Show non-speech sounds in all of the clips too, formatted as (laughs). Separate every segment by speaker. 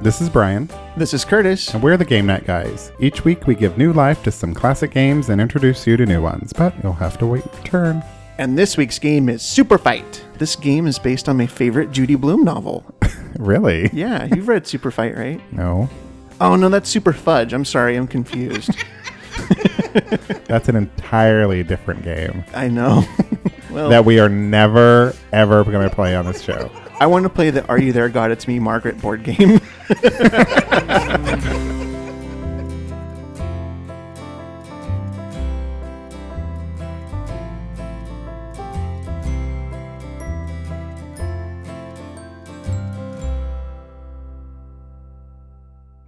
Speaker 1: This is Brian,
Speaker 2: This is Curtis.
Speaker 1: and we're the Game Night Guys. Each week we give new life to some classic games and introduce you to new ones, but you'll have to wait your turn. (laughs)
Speaker 2: And this week's game is Super Fight. This game is based on my favorite Judy Blume novel.
Speaker 1: Really?
Speaker 2: Yeah, you've read Super Fight, right?
Speaker 1: No.
Speaker 2: Oh, no, that's Super Fudge. I'm sorry, I'm confused.
Speaker 1: That's an entirely different game
Speaker 2: I know. (laughs) well,
Speaker 1: that we are never, ever going to play on this
Speaker 2: (laughs)
Speaker 1: show.
Speaker 2: I want to play the Are You There, God? It's Me, Margaret board game. (laughs)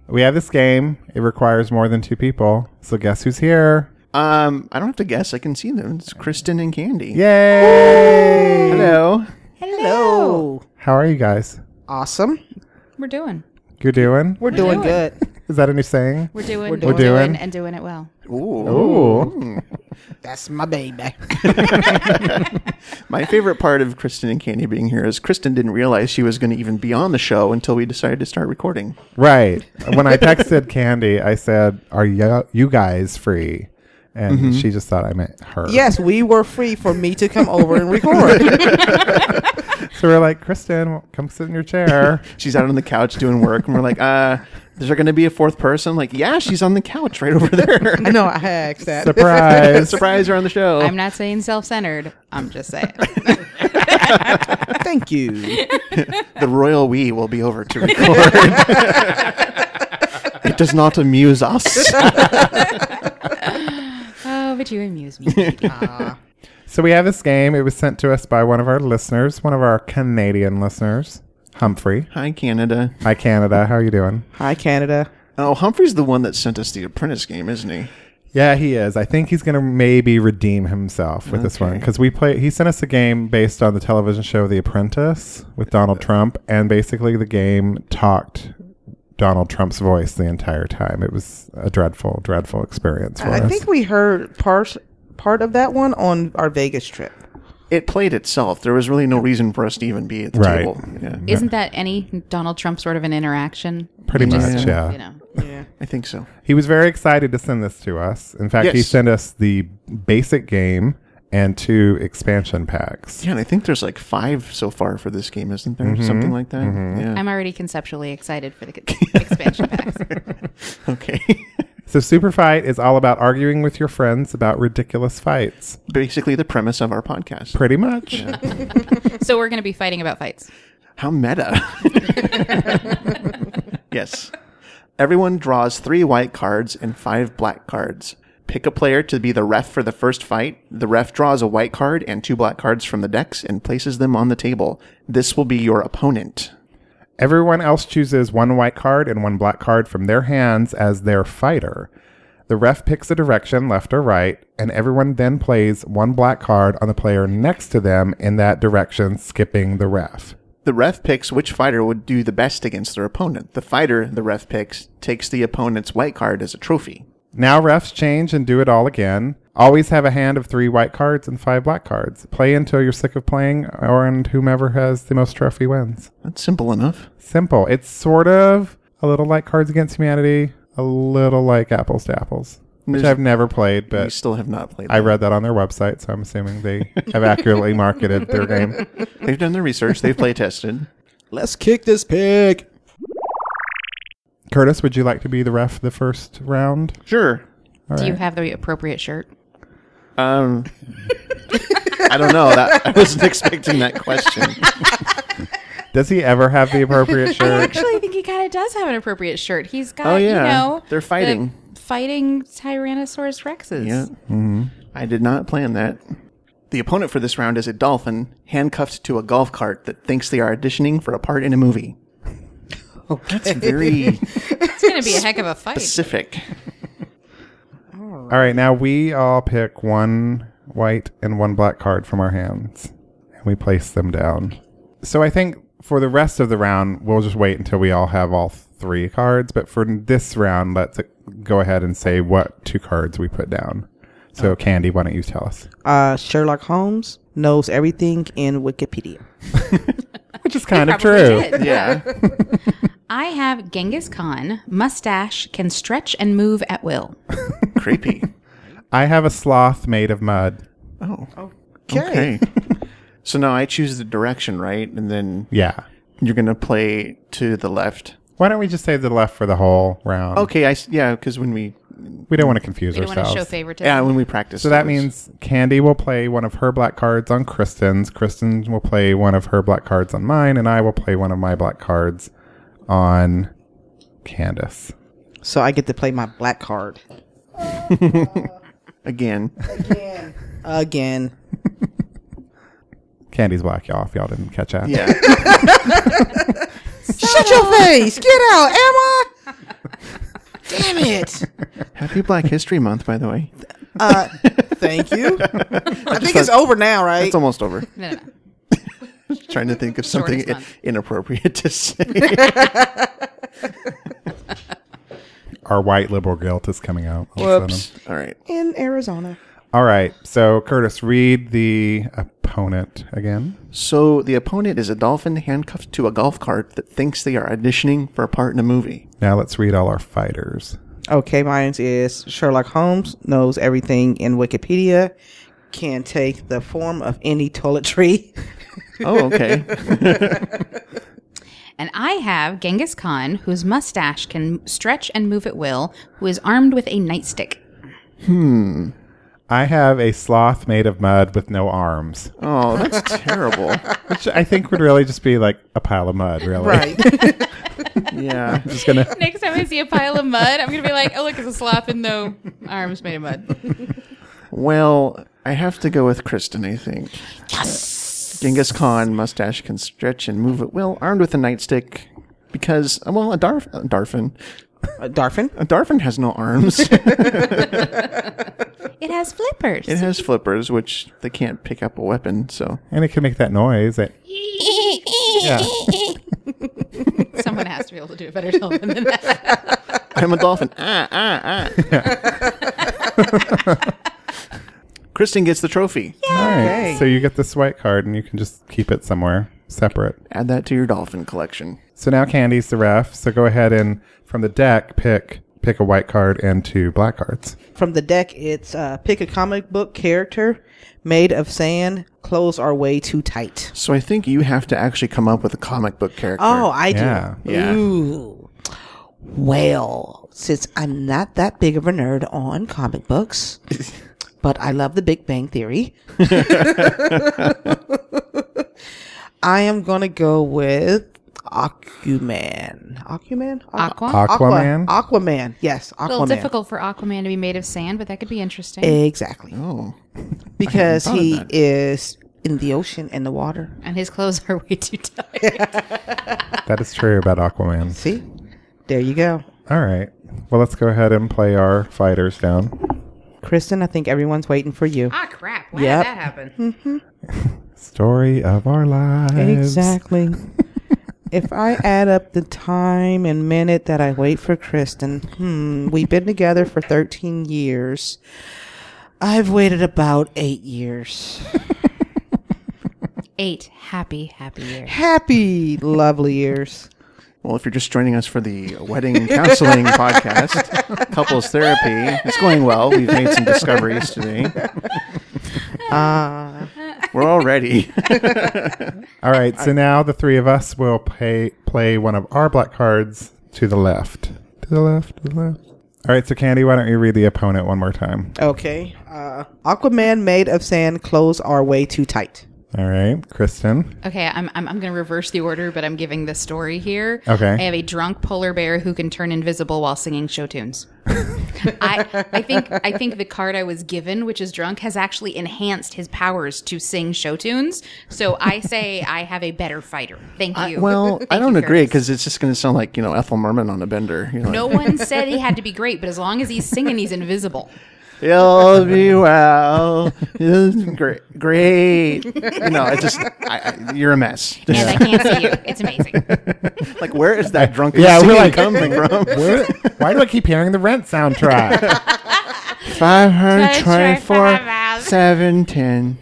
Speaker 1: We have this game, it requires more than two people. So guess who's here?
Speaker 2: um, I don't have to guess. I can see them. It's Kristen and Candy.
Speaker 1: Yay!
Speaker 2: Hello.
Speaker 3: Hello.
Speaker 1: How are you guys?
Speaker 3: Awesome.
Speaker 4: We're doing.
Speaker 1: You're doing?
Speaker 3: We're,
Speaker 4: doing.
Speaker 3: doing, good.
Speaker 1: Is that a new saying?
Speaker 4: We're doing. We're
Speaker 1: doing. doing,
Speaker 4: and doing it well.
Speaker 2: Ooh.
Speaker 1: Oh. Ooh.
Speaker 3: (laughs) That's my baby.
Speaker 2: My favorite part of Kristen and Candy being here is Kristen didn't realize she was going to even be on the show until we decided to start recording.
Speaker 1: Right. When I texted Candy, I said, "Are you, you guys free?" And she just thought I meant her.
Speaker 3: (laughs) yes, we were free for me to come over and record.
Speaker 1: So we're like, "Kristen, come sit in your chair."
Speaker 2: She's out on the couch doing work, and we're like, uh, is there going to be a fourth person? Like, yeah, she's on the couch right over
Speaker 4: (laughs)
Speaker 2: there.
Speaker 3: I know I had asked that.
Speaker 1: Surprise!
Speaker 2: (laughs) Surprise, you're on the show.
Speaker 4: I'm not saying self-centered. I'm just saying.
Speaker 3: Thank you.
Speaker 2: the royal we will be over
Speaker 4: (laughs)
Speaker 2: to record. it does not amuse us.
Speaker 4: (laughs) oh, but you amuse (laughs) me.
Speaker 1: So we have this game. It was sent to us by one of our listeners, one of our Canadian listeners, Humphrey.
Speaker 2: Hi, Canada.
Speaker 1: Hi, Canada. How are you doing?
Speaker 3: Hi, Canada.
Speaker 2: Oh, Humphrey's the one that sent us the Apprentice game, isn't he?
Speaker 1: Yeah, he is. I think he's going to maybe redeem himself with this one because we play. He sent us a game based on the television show The Apprentice with Donald Trump, and basically the game talked Donald Trump's voice the entire time. It was a dreadful, dreadful experience for
Speaker 3: I
Speaker 1: us.
Speaker 3: think we heard part part of that one on our Vegas trip.
Speaker 2: It played itself. There was really no reason for us to even be at the
Speaker 1: Right.
Speaker 2: table. Yeah,
Speaker 4: Isn't that any Donald Trump sort of an interaction?
Speaker 1: Pretty
Speaker 4: You
Speaker 1: much, yeah.
Speaker 4: You know.
Speaker 3: Yeah.
Speaker 2: I think so.
Speaker 1: He was very excited to send this to us. In fact, he
Speaker 2: Yes.
Speaker 1: sent us the basic game and two expansion packs.
Speaker 2: Yeah, and I think there's like five so far for this game, isn't there? Something like that. Yeah.
Speaker 4: I'm already conceptually excited for the c- (laughs) expansion packs.
Speaker 2: (laughs) okay. (laughs)
Speaker 1: So, Super Fight is all about arguing with your friends about ridiculous fights.
Speaker 2: Basically, the premise of our podcast.
Speaker 1: Pretty much.
Speaker 4: So we're going to be fighting about fights.
Speaker 2: How meta. (laughs) yes. Everyone draws three white cards and five black cards. Pick a player to be the ref for the first fight. The ref draws a white card and two black cards from the decks and places them on the table. This will be your opponent.
Speaker 1: Everyone else chooses one white card and one black card from their hands as their fighter. The ref picks a direction, left or right, and everyone then plays one black card on the player next to them in that direction, skipping the ref.
Speaker 2: The ref picks which fighter would do the best against their opponent. The fighter the ref picks takes the opponent's white card as a trophy.
Speaker 1: Now refs change and do it all again. Always have a hand of three white cards and five black cards. Play until you're sick of playing, or and whomever has the most trophy wins.
Speaker 2: That's simple enough.
Speaker 1: Simple. It's sort of a little like Cards Against Humanity, a little like Apples to Apples, which
Speaker 2: There's-
Speaker 1: I've never played,
Speaker 2: we
Speaker 1: but
Speaker 2: still have not played.
Speaker 1: I
Speaker 2: that.
Speaker 1: read that on their website, so I'm assuming they have accurately marketed their game.
Speaker 2: They've done their research. They've play tested.
Speaker 3: Let's kick this pig.
Speaker 1: Curtis, would you like to be the ref the first round?
Speaker 2: Sure.
Speaker 1: All
Speaker 4: Do you
Speaker 1: right.
Speaker 4: have the appropriate shirt?
Speaker 2: Um, I don't know. That I wasn't (laughs) expecting that question.
Speaker 1: Does he ever have the
Speaker 4: (laughs)
Speaker 1: appropriate
Speaker 4: I
Speaker 1: shirt?
Speaker 4: actually think he kind of does have an appropriate shirt. He's got,
Speaker 2: Oh, yeah.
Speaker 4: you know,
Speaker 2: They're fighting.
Speaker 4: the fighting Tyrannosaurus Rexes.
Speaker 2: Yeah,
Speaker 1: mm-hmm.
Speaker 2: I did not plan that. The opponent for this round is a dolphin handcuffed to a golf cart that thinks they are auditioning for a part in a movie. That's very
Speaker 4: It's going to be a heck of a fight.
Speaker 2: specific.
Speaker 1: All right, now we all pick one white and one black card from our hands, and we place them down. So I think for the rest of the round, we'll just wait until we all have all three cards. But for this round, let's go ahead and say what two cards we put down. So,
Speaker 4: Oh.
Speaker 1: Candy, why don't you tell us?
Speaker 3: Uh, Sherlock Holmes knows everything in Wikipedia.
Speaker 1: Which is kind of
Speaker 4: Probably
Speaker 1: true.
Speaker 4: did.
Speaker 2: Yeah,
Speaker 4: I have Genghis Khan. Mustache can stretch and move at will.
Speaker 2: Creepy.
Speaker 1: I have a sloth made of mud.
Speaker 2: Oh. Okay. so now I choose the direction, right? And then
Speaker 1: Yeah.
Speaker 2: you're going to play to the left.
Speaker 1: Why don't we just save the left for the whole round?
Speaker 2: Okay, I s- yeah, cuz when we
Speaker 1: We don't want to confuse
Speaker 4: We don't want
Speaker 1: ourselves.
Speaker 4: to show favoritism.
Speaker 2: yeah, when we practice.
Speaker 1: so that
Speaker 2: those.
Speaker 1: means Candy will play one of her black cards on Kristen's. Kristen will play one of her black cards on mine, and I will play one of my black cards on Candace.
Speaker 3: So I get to play my black card
Speaker 1: (laughs)
Speaker 2: again.
Speaker 3: again. (laughs)
Speaker 1: Candy's black, y'all. If y'all didn't catch that,
Speaker 2: Yeah.
Speaker 3: Shut your face! Get out, Emma! Damn it!
Speaker 2: Happy Black History Month, by the way.
Speaker 3: Uh, thank you. I think it's over now, right?
Speaker 2: It's almost over.
Speaker 4: No, no, no.
Speaker 2: (laughs) Trying to think of something
Speaker 4: Shortest
Speaker 2: i-
Speaker 4: month.
Speaker 2: inappropriate to say.
Speaker 1: our white liberal guilt is coming out. all of a
Speaker 2: Whoops.
Speaker 1: sudden.
Speaker 2: All right.
Speaker 3: In Arizona.
Speaker 1: All right. So Curtis, read the opponent again.
Speaker 2: So the opponent is a dolphin handcuffed to a golf cart that thinks they are auditioning for a part in a (laughs) movie.
Speaker 1: Now let's read all our fighters.
Speaker 3: Okay, mine's is Sherlock Holmes knows everything in Wikipedia, can take the form of any toiletry. (laughs)
Speaker 2: Oh, okay.
Speaker 4: (laughs) And I have Genghis Khan, whose mustache can stretch and move at will, who is armed with a nightstick.
Speaker 1: I have a sloth made of mud with no arms,
Speaker 2: oh, (laughs) that's terrible.
Speaker 1: which I think would really just be like a pile of mud. Really,
Speaker 2: Yeah.
Speaker 1: (laughs) just gonna
Speaker 4: Next time I see a pile of mud, I'm going to be like, oh, look, it's a slop and no arms made of mud.
Speaker 2: Well, I have to go with Kristen, I think. Yes. Genghis Khan mustache can stretch and move at will, armed with a nightstick, because uh, well, a, darf- a darfin,
Speaker 3: Uh, Darfin.
Speaker 2: a darfin has no arms.
Speaker 4: It has flippers.
Speaker 2: it has flippers, which they can't pick up a weapon. So
Speaker 1: and it can make that noise. That yeah.
Speaker 4: Someone has to be able to do a better job than that. (laughs)
Speaker 2: I'm a dolphin. Ah, ah, ah. (laughs) Kristen gets the trophy.
Speaker 1: All right.
Speaker 3: Okay.
Speaker 1: So you get this white card, and you can just keep it somewhere separate.
Speaker 2: Add that to your dolphin collection.
Speaker 1: So now Candy's the ref. So go ahead and from the deck pick pick a white card and two black cards.
Speaker 3: From the deck, it's uh, pick a comic book character made of sand. Clothes are way too tight.
Speaker 2: So I think you have to actually come up with a comic book character.
Speaker 3: Oh, I do.
Speaker 1: Yeah.
Speaker 2: Yeah.
Speaker 3: Ooh. Well, since I'm not that big of a nerd on
Speaker 2: (laughs)
Speaker 3: comic books, but I love the Big Bang Theory, I am going to go with Aquaman. Aquaman? Aqu-
Speaker 4: Aqua?
Speaker 1: Aquaman.
Speaker 3: Aqua- Aquaman. Yes,
Speaker 4: a little
Speaker 3: Aquaman.
Speaker 4: difficult for Aquaman to be made of sand, but that could be interesting.
Speaker 3: Exactly.
Speaker 2: Oh.
Speaker 3: Because
Speaker 2: thought of
Speaker 3: he
Speaker 2: that.
Speaker 3: is in the ocean and the water.
Speaker 4: and his clothes are (laughs) way too tight.
Speaker 1: That is true about Aquaman.
Speaker 3: See? There you go.
Speaker 1: All right. Well, let's go ahead and play our fighters down.
Speaker 3: Kristen, I think everyone's waiting for you.
Speaker 4: ah, crap. Why
Speaker 3: Yep.
Speaker 4: did that happen?
Speaker 1: Story of our lives.
Speaker 3: Exactly. if I add up the time and minute that I wait for Kristen, hmm, we've been together for 13 years. I've waited about eight years.
Speaker 4: Eight happy, happy years.
Speaker 3: Happy, lovely years.
Speaker 2: Well, if you're just joining us for the wedding (laughs) counseling podcast, couples therapy, it's going well. We've made some discoveries today.
Speaker 4: (laughs)
Speaker 3: Uh,
Speaker 2: We're all ready.
Speaker 1: All right. So now the three of us will pay, play one of our black cards to the left. To the left. To the left. All right. So Candy, why don't you read the opponent one more time?
Speaker 3: okay. Uh, Aquaman made of sand, clothes are way too tight.
Speaker 1: All right, Kristen.
Speaker 4: Okay, I'm, I'm, I'm going to reverse the order, but I'm giving the story here.
Speaker 1: Okay.
Speaker 4: I have a drunk polar bear who can turn invisible while singing show tunes. (laughs) I, I think I think the card I was given, which is drunk, has actually enhanced his powers to sing show tunes. So I say I have a better fighter. Thank you.
Speaker 2: well,
Speaker 4: (laughs) Thank
Speaker 2: I
Speaker 4: you,
Speaker 2: don't agree
Speaker 4: Curtis.
Speaker 2: because it's just going to sound like, you know, Ethel Merman on a bender. You're like,
Speaker 4: no one said he had to be great, but as long as he's singing,
Speaker 2: (laughs)
Speaker 4: he's invisible.
Speaker 1: (laughs)
Speaker 2: You'll be well. great. great. No, it's just, I, I, you're a mess.
Speaker 4: And I can't see you. It's amazing.
Speaker 2: like, where is that drunken
Speaker 1: Yeah,
Speaker 2: yeah,
Speaker 1: we're
Speaker 2: singing
Speaker 1: like-
Speaker 2: (laughs)
Speaker 1: (laughs)
Speaker 2: coming from?
Speaker 1: Where, why do I keep hearing the Rent soundtrack?
Speaker 2: 524, 710.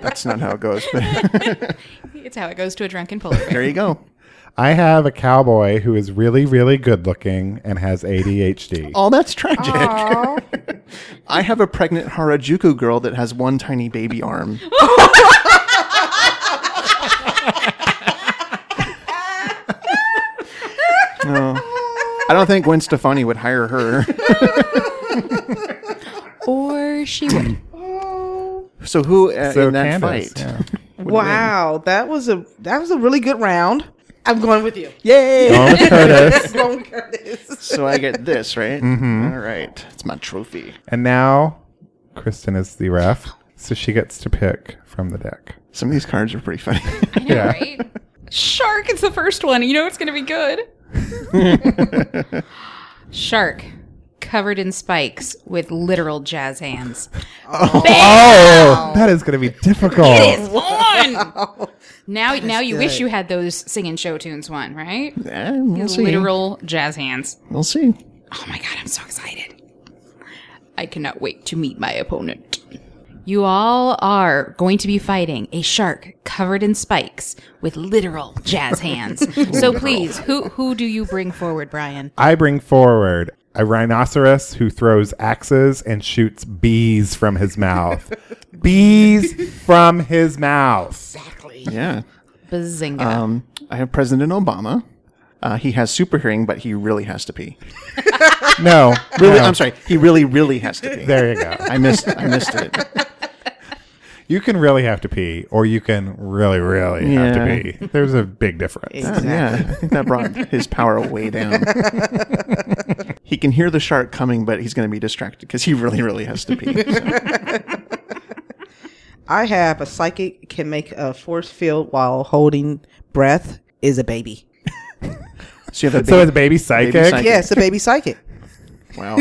Speaker 2: That's not how it goes, but
Speaker 4: It's how it goes to a drunken polar bear.
Speaker 2: there you go.
Speaker 1: (laughs) I have a cowboy who is really, really good looking and has ADHD.
Speaker 2: Oh, that's tragic. (laughs) I have a pregnant Harajuku girl that has one tiny baby arm. Oh. No. I don't think Gwen Stefani would hire her.
Speaker 4: Or she would.
Speaker 2: So who uh,
Speaker 1: So
Speaker 2: in that
Speaker 1: Candace,
Speaker 2: fight?
Speaker 1: yeah.
Speaker 3: Wow, that was a that was a really good round. I'm going with you.
Speaker 2: Yay!
Speaker 3: (laughs)
Speaker 1: Don't hurt us.
Speaker 3: Sloan Curtis.
Speaker 2: so I get this right.
Speaker 1: Mm-hmm.
Speaker 2: All right, it's my trophy.
Speaker 1: And now Kristen is the ref, so she gets to pick from the deck.
Speaker 2: Some of these cards are pretty funny. (laughs)
Speaker 4: I know,
Speaker 1: Yeah.
Speaker 4: right? Shark is the first one. You know it's going to be good. Shark, covered in spikes with literal jazz hands.
Speaker 1: (laughs) Oh, that is going to be difficult.
Speaker 4: It's on. Now, now you wish you had those singing show tunes one, right?
Speaker 2: Eh, we'll see.
Speaker 4: Literal jazz hands.
Speaker 2: We'll see.
Speaker 4: Oh my god, I'm so excited. I cannot wait to meet my opponent. You all are going to be fighting a shark covered in spikes with literal jazz hands. so please, who who do you bring forward, Brian?
Speaker 1: I bring forward a rhinoceros who throws axes and shoots bees from his mouth.
Speaker 2: (laughs)
Speaker 1: bees from his mouth.
Speaker 2: Yeah.
Speaker 4: Bazinga.
Speaker 2: Um, I have President Obama. Uh, he has super hearing, but he really has to pee.
Speaker 1: No,
Speaker 2: (laughs) Really,
Speaker 1: no.
Speaker 2: I'm sorry. He really, really has to pee.
Speaker 1: There you go.
Speaker 2: I missed. I missed it.
Speaker 1: You can really have to pee, or you can really, really have
Speaker 2: Yeah.
Speaker 1: to pee. There's a big difference.
Speaker 2: Yeah, I think that brought his power way down. he can hear the shark coming, but he's going to be distracted because he really, really has to pee. So,
Speaker 3: I have a psychic can make a force field while holding breath is a baby.
Speaker 2: so you have
Speaker 1: So
Speaker 2: a baby-
Speaker 1: it's a baby psychic
Speaker 2: psychic.
Speaker 3: Yes, a baby psychic.
Speaker 2: Wow.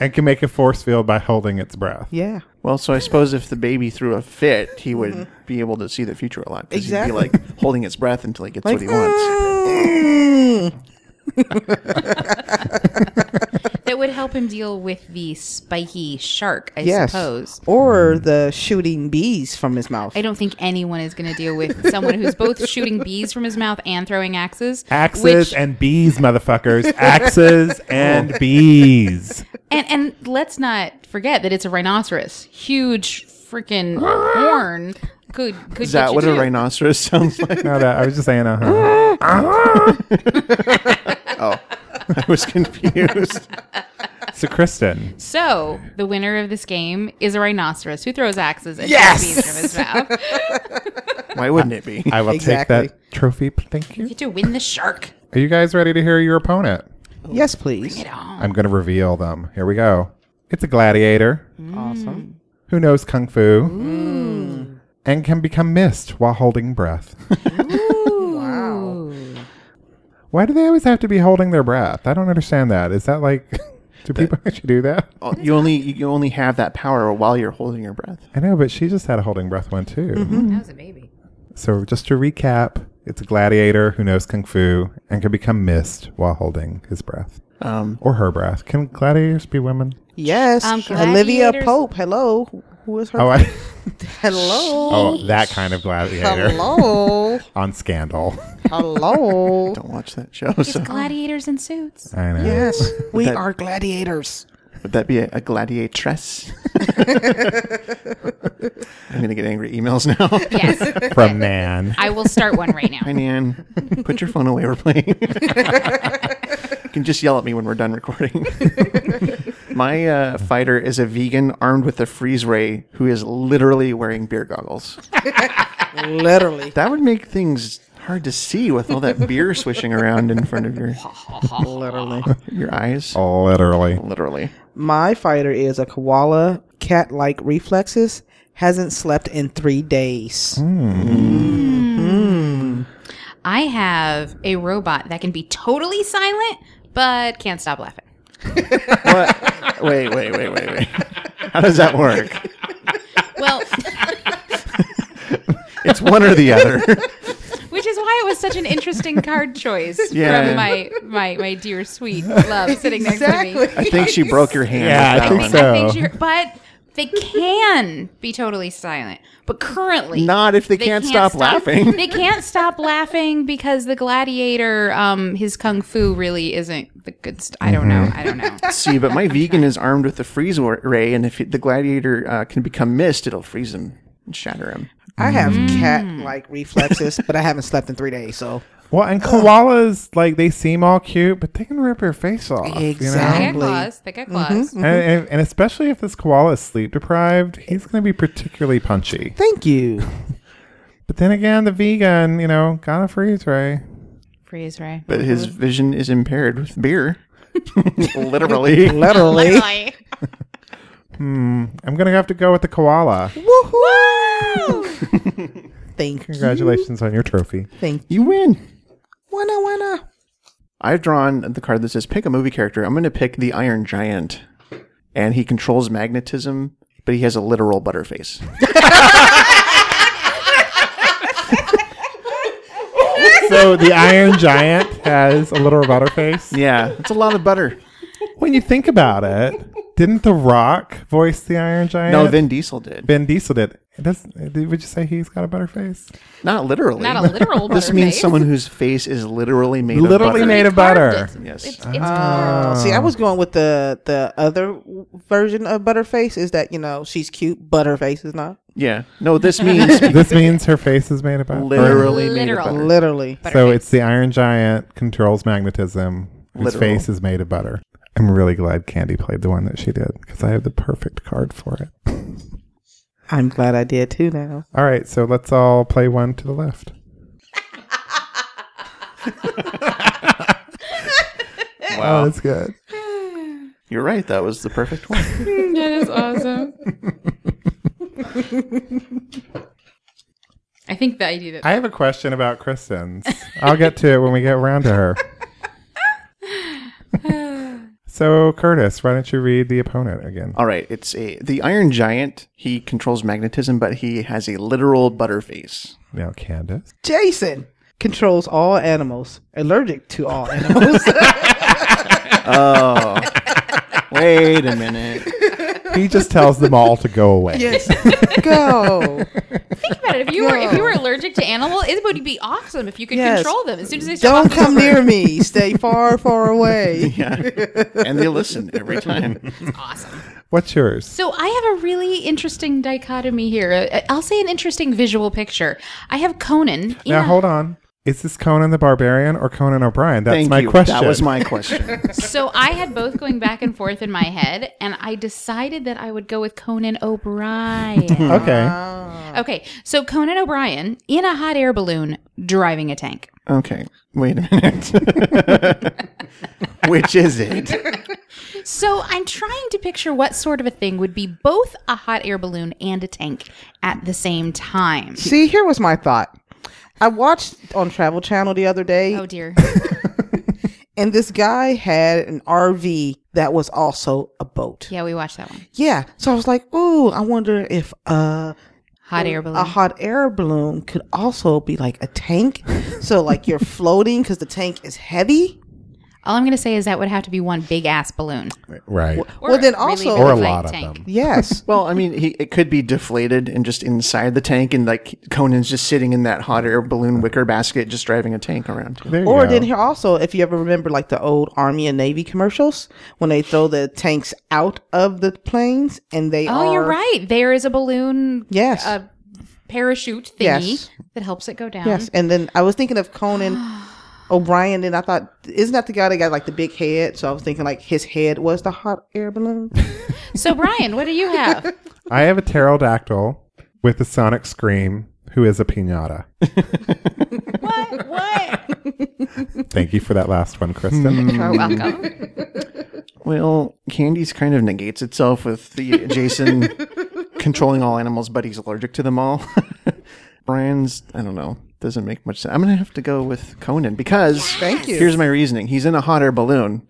Speaker 1: and can make a force field by holding its breath.
Speaker 3: Yeah.
Speaker 2: Well, so I suppose if the baby threw a fit, he would be able to see the future a lot because
Speaker 3: Exactly. "Ah,
Speaker 2: he'd be like holding his breath until he gets what he wants.
Speaker 3: Mm.
Speaker 4: that would help him deal with the spiky shark, I
Speaker 3: Yes.
Speaker 4: suppose.
Speaker 3: Or the shooting bees from his mouth.
Speaker 4: I don't think anyone is going to deal with someone who's both shooting bees from his mouth and throwing axes.
Speaker 1: Axes
Speaker 4: which-
Speaker 1: and bees, motherfuckers. Axes and bees.
Speaker 4: And and let's not forget that it's a rhinoceros, huge freaking horn. Could could
Speaker 2: Is that
Speaker 4: get
Speaker 2: what
Speaker 4: you
Speaker 2: a
Speaker 4: too.
Speaker 2: rhinoceros sounds like?
Speaker 1: No, that, I was just saying, uh huh.
Speaker 2: I was confused.
Speaker 1: So, Kristen,
Speaker 4: So the winner of this game is a rhinoceros who throws axes and
Speaker 3: Yes!
Speaker 4: bees from his mouth.
Speaker 2: (laughs) Why wouldn't it be?
Speaker 1: I will
Speaker 3: Exactly.
Speaker 1: take that trophy. p- Thank you.
Speaker 4: Get to win the shark.
Speaker 1: Are you guys ready to hear your opponent?
Speaker 3: yes, please.
Speaker 4: Get on.
Speaker 1: I'm going to reveal them. Here we go. It's a gladiator Mm.
Speaker 3: Awesome.
Speaker 1: who knows kung fu Mm. and can become mist while holding breath. (laughs)
Speaker 4: Ooh.
Speaker 1: Why do they always have to be holding their breath? I don't understand that. Is that like, (laughs) do people actually do that?
Speaker 2: Oh, You only you only have that power while you're holding your breath.
Speaker 1: I know, but she just had a holding breath one too.
Speaker 3: Mm-hmm.
Speaker 4: That was a baby.
Speaker 1: So, just to recap, it's a gladiator who knows kung fu and can become mist while holding his breath
Speaker 2: Um,
Speaker 1: or her breath. Can gladiators be women?
Speaker 3: Yes.
Speaker 4: Um,
Speaker 3: Olivia
Speaker 4: gladiators-
Speaker 3: Pope. Hello. Who is her?
Speaker 1: Oh, I, (laughs)
Speaker 3: (laughs) Hello.
Speaker 1: oh, that kind of gladiator
Speaker 3: Hello.
Speaker 1: on Scandal. (laughs)
Speaker 3: Hello.
Speaker 2: don't watch that show.
Speaker 4: It's
Speaker 2: So
Speaker 4: gladiators in suits.
Speaker 1: I know.
Speaker 3: yes, we
Speaker 2: That-
Speaker 3: are gladiators.
Speaker 2: would that be a,
Speaker 1: (laughs)
Speaker 2: a gladiatress? I'm gonna get angry emails
Speaker 1: (laughs)
Speaker 2: now.
Speaker 4: Yes.
Speaker 1: (laughs) From Nan.
Speaker 4: (laughs) I will start one right now.
Speaker 2: (laughs) Hi Nan, put your phone away. We're playing. you can just yell at me when we're
Speaker 1: (laughs)
Speaker 2: done recording. My uh, fighter is a vegan armed with a freeze ray who is literally wearing beer goggles.
Speaker 3: Literally.
Speaker 2: That would make things hard to see with all that beer swishing around in front of your
Speaker 3: Literally.
Speaker 2: your eyes.
Speaker 1: Oh. Literally.
Speaker 2: Literally.
Speaker 3: My fighter is a koala, cat like reflexes, hasn't slept in three days.
Speaker 4: I have a robot that can be totally silent but can't stop laughing.
Speaker 2: What? Wait, wait, wait, wait, wait. How does that work? (laughs)
Speaker 4: Well,
Speaker 2: It's one or the other.
Speaker 4: which is why it was such an interesting card choice
Speaker 2: Yeah.
Speaker 4: from my, my my dear sweet love sitting next to me.
Speaker 1: (laughs)
Speaker 2: I think she broke your hand.
Speaker 1: Yeah,
Speaker 2: with
Speaker 1: I think
Speaker 2: that one.
Speaker 1: so.
Speaker 4: I think she, but They can be totally silent, but currently
Speaker 2: Not if they, can't, stop, laughing.
Speaker 4: (laughs) They can't stop laughing because the gladiator, um, his kung fu really isn't the good. St- I don't
Speaker 2: Mm-hmm.
Speaker 4: know. I don't
Speaker 2: (laughs)
Speaker 4: know.
Speaker 2: See, but my vegan is armed with a freeze wa- ray, and if the gladiator uh, can become mist, it'll freeze him and shatter him.
Speaker 3: I have cat like reflexes, but I haven't slept in three days, so
Speaker 1: (laughs) Well, and koalas, like, they seem all cute, but they can rip your face off.
Speaker 4: They
Speaker 1: You know?
Speaker 3: Exactly.
Speaker 4: get claws. They get claws.
Speaker 1: And, and, and especially if this koala is sleep deprived, he's going to be particularly punchy.
Speaker 3: thank (laughs) you.
Speaker 1: But then again, the vegan, you know, got a freeze ray.
Speaker 4: Freeze ray.
Speaker 2: But his vision is impaired with beer. Literally.
Speaker 3: Literally.
Speaker 4: Literally.
Speaker 1: I'm going to have to go with the koala.
Speaker 3: (laughs) Woohoo! thank you.
Speaker 1: Congratulations on your trophy.
Speaker 3: Thank you.
Speaker 2: You win.
Speaker 3: Wanna wanna.
Speaker 2: I've drawn the card that says pick a movie character. I'm going to pick the Iron Giant. And he controls magnetism, but he has a literal butterface.
Speaker 1: So the Iron Giant has a little butterface.
Speaker 2: yeah, it's a lot of butter.
Speaker 1: When you think about it, didn't The Rock voice the Iron Giant?
Speaker 2: No, Vin Diesel did.
Speaker 1: Vin Diesel did. It doesn't, would you say he's got a butterface?
Speaker 2: Not literally. (laughs)
Speaker 4: Not a literal.
Speaker 2: this
Speaker 4: butterface.
Speaker 2: means someone whose face is literally made
Speaker 1: Literally
Speaker 2: of butter.
Speaker 1: made
Speaker 4: They
Speaker 1: of
Speaker 4: carved
Speaker 1: butter.
Speaker 4: it.
Speaker 2: Yes.
Speaker 4: It's, it's
Speaker 3: Oh, see, I was going with the the other version of Butterface. Is that you know she's cute, Butterface is not
Speaker 2: yeah. No, this means
Speaker 1: This means her face is made of butter.
Speaker 2: (laughs) literally made of
Speaker 4: Literal.
Speaker 2: butter.
Speaker 3: literally.
Speaker 1: So it's the Iron Giant controls magnetism. His
Speaker 2: Literal.
Speaker 1: face is made of butter. I'm really glad Candy played the one that she did because I have the perfect card for it.
Speaker 3: I'm glad I did too. Now
Speaker 1: All right, so let's all play one to the left. wow, Oh, that's good.
Speaker 2: You're right. That was the perfect one.
Speaker 4: That
Speaker 2: (laughs)
Speaker 4: is awesome. I think the idea that
Speaker 1: I have a question about Kristen's. I'll get to it when we get around to her. so, Curtis, why don't you read the opponent again?
Speaker 2: All right, it's a the Iron Giant. He controls magnetism, but he has a literal butterface.
Speaker 1: Now, Candace.
Speaker 3: Jason controls all animals, allergic to (laughs) all animals.
Speaker 2: Wait a (laughs) minute.
Speaker 1: He just tells them all to go away.
Speaker 3: yes, (laughs) go.
Speaker 4: about it, if you were if you were allergic to animal, it would be awesome if you could
Speaker 3: Yes.
Speaker 4: control them as soon as they start
Speaker 3: Don't
Speaker 4: walking
Speaker 3: come
Speaker 4: over.
Speaker 3: near me. Stay far, far
Speaker 1: (laughs)
Speaker 3: away.
Speaker 2: And they listen every time.
Speaker 4: It's awesome.
Speaker 1: What's yours?
Speaker 4: So I have a really interesting dichotomy here. Uh, I'll say an interesting visual picture. I have Conan.
Speaker 1: Now,
Speaker 4: Yeah.
Speaker 1: hold on. Is this Conan the Barbarian or Conan O'Brien? That's
Speaker 2: Thank
Speaker 1: my
Speaker 2: you.
Speaker 1: question.
Speaker 2: That was my question.
Speaker 4: so I had both going back and forth in my head, and I decided that I would go with Conan
Speaker 3: (laughs)
Speaker 4: O'Brien.
Speaker 1: Uh-huh. Okay.
Speaker 4: okay, so Conan O'Brien in a hot air balloon driving a tank.
Speaker 2: Okay, wait a minute. (laughs) Which is it?
Speaker 4: So I'm trying to picture what sort of a thing would be both a hot air balloon and a tank at the same time.
Speaker 3: See, here was my thought. I watched on Travel Channel the other day,
Speaker 4: Oh
Speaker 3: (laughs)
Speaker 4: dear.
Speaker 3: and this guy had an RV that was also a boat.
Speaker 4: Yeah, we watched that one.
Speaker 3: Yeah. So I was like, ooh, I wonder if uh,
Speaker 4: Hot air balloon.
Speaker 3: a hot air balloon could also be like a tank. so, like, you're (laughs) floating because the tank is heavy.
Speaker 4: All I'm going to say is that would have to be one big ass balloon.
Speaker 1: Right.
Speaker 4: Or
Speaker 3: Well, then
Speaker 4: a really,
Speaker 3: also-
Speaker 4: really
Speaker 1: or a
Speaker 4: light
Speaker 1: lot of
Speaker 4: tank.
Speaker 1: them.
Speaker 3: Yes.
Speaker 2: Well, I mean, he, it could be deflated and just inside the tank, and like Conan's just sitting in that hot air balloon wicker basket, just driving a tank around.
Speaker 1: There you
Speaker 3: Or
Speaker 1: go.
Speaker 3: then here also, if you ever remember like the old Army and Navy commercials when they throw the tanks out of the planes and they
Speaker 4: Oh,
Speaker 3: are
Speaker 4: you're right. Uh, There is a balloon.
Speaker 3: Yes.
Speaker 4: A parachute thingy
Speaker 3: Yes.
Speaker 4: that helps it go down.
Speaker 3: Yes, and then I was thinking
Speaker 4: (gasps)
Speaker 3: of Conan O'Brien, and I thought, isn't that the guy that got like the big head? So I was thinking like his head was the hot
Speaker 4: (laughs)
Speaker 3: air balloon.
Speaker 4: So Brian, what do you
Speaker 3: (laughs)
Speaker 4: have?
Speaker 1: I have a pterodactyl with a sonic scream who is a pinata.
Speaker 4: what? What?
Speaker 1: Thank you for that last one,
Speaker 3: Hmm.
Speaker 1: Kristen.
Speaker 4: You're
Speaker 3: (laughs)
Speaker 4: welcome.
Speaker 2: Well, Candy's kind of negates itself with the
Speaker 3: (laughs)
Speaker 2: Jason controlling all animals, but he's allergic to them all. (laughs) Brian's, I don't know, doesn't make much sense. I'm gonna have to go with Conan because
Speaker 3: Thank you. Mm-hmm.
Speaker 2: Here's my reasoning: he's in a hot air balloon.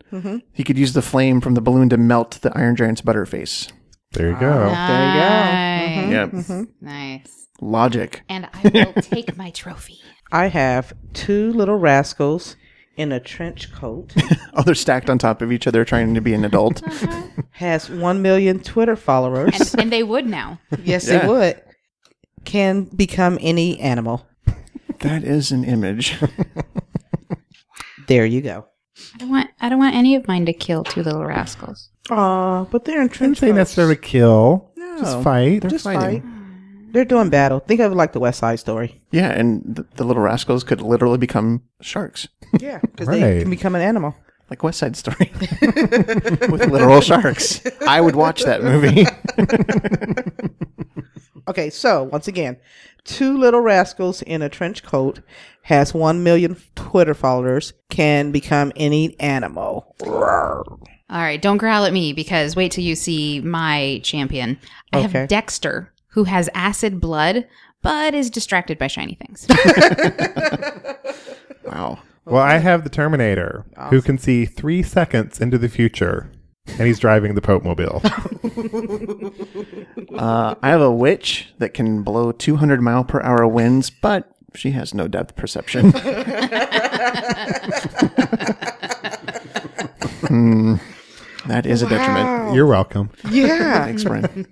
Speaker 2: He could use the flame from the balloon to melt the Iron Giant's butterface.
Speaker 1: there you go.
Speaker 4: Nice.
Speaker 3: Mm-hmm.
Speaker 2: Yep,
Speaker 4: Nice.
Speaker 2: logic.
Speaker 3: (laughs)
Speaker 4: And I will take my trophy.
Speaker 3: I have two little rascals in a
Speaker 4: (laughs)
Speaker 3: trench coat
Speaker 2: Oh, they're stacked on top of each other trying to be an
Speaker 3: (laughs)
Speaker 2: adult.
Speaker 3: has 1 million Twitter followers.
Speaker 4: And, and they would now.
Speaker 3: yes,
Speaker 2: Yeah.
Speaker 3: they would. Can become any animal.
Speaker 2: that is an image. (laughs)
Speaker 3: There you go.
Speaker 4: I don't want. I don't want any of mine to kill two little rascals.
Speaker 3: Aw, but they're in
Speaker 1: Didn't
Speaker 3: trench
Speaker 1: say
Speaker 3: coats.
Speaker 1: necessarily kill.
Speaker 3: No.
Speaker 1: Just fight.
Speaker 3: Just
Speaker 2: fighting.
Speaker 3: fight. They're doing battle. Think of it like the West Side Story.
Speaker 2: yeah, and th- the little rascals could literally become sharks,
Speaker 3: Yeah, because
Speaker 1: Right.
Speaker 3: they can become an animal.
Speaker 2: like West Side Story, (laughs) with literal sharks. I would watch that movie.
Speaker 3: Okay, so once again, two little rascals in a trench coat has one million Twitter followers can become any animal.
Speaker 4: All right, don't growl at me because wait till you see my champion. I
Speaker 3: Okay.
Speaker 4: have Dexter, who has acid blood, but is distracted by shiny
Speaker 3: (laughs)
Speaker 4: things.
Speaker 2: (laughs) Wow.
Speaker 1: Well, I have the Terminator, who can see three seconds into the future, and he's driving the Pope Mobile.
Speaker 3: (laughs)
Speaker 2: Uh, I have a witch that can blow 200 mile per hour winds, but she has no depth (laughs) perception. Hmm. that is a detriment.
Speaker 1: You're welcome.
Speaker 3: Yeah, (laughs)
Speaker 2: Thanks, Brian.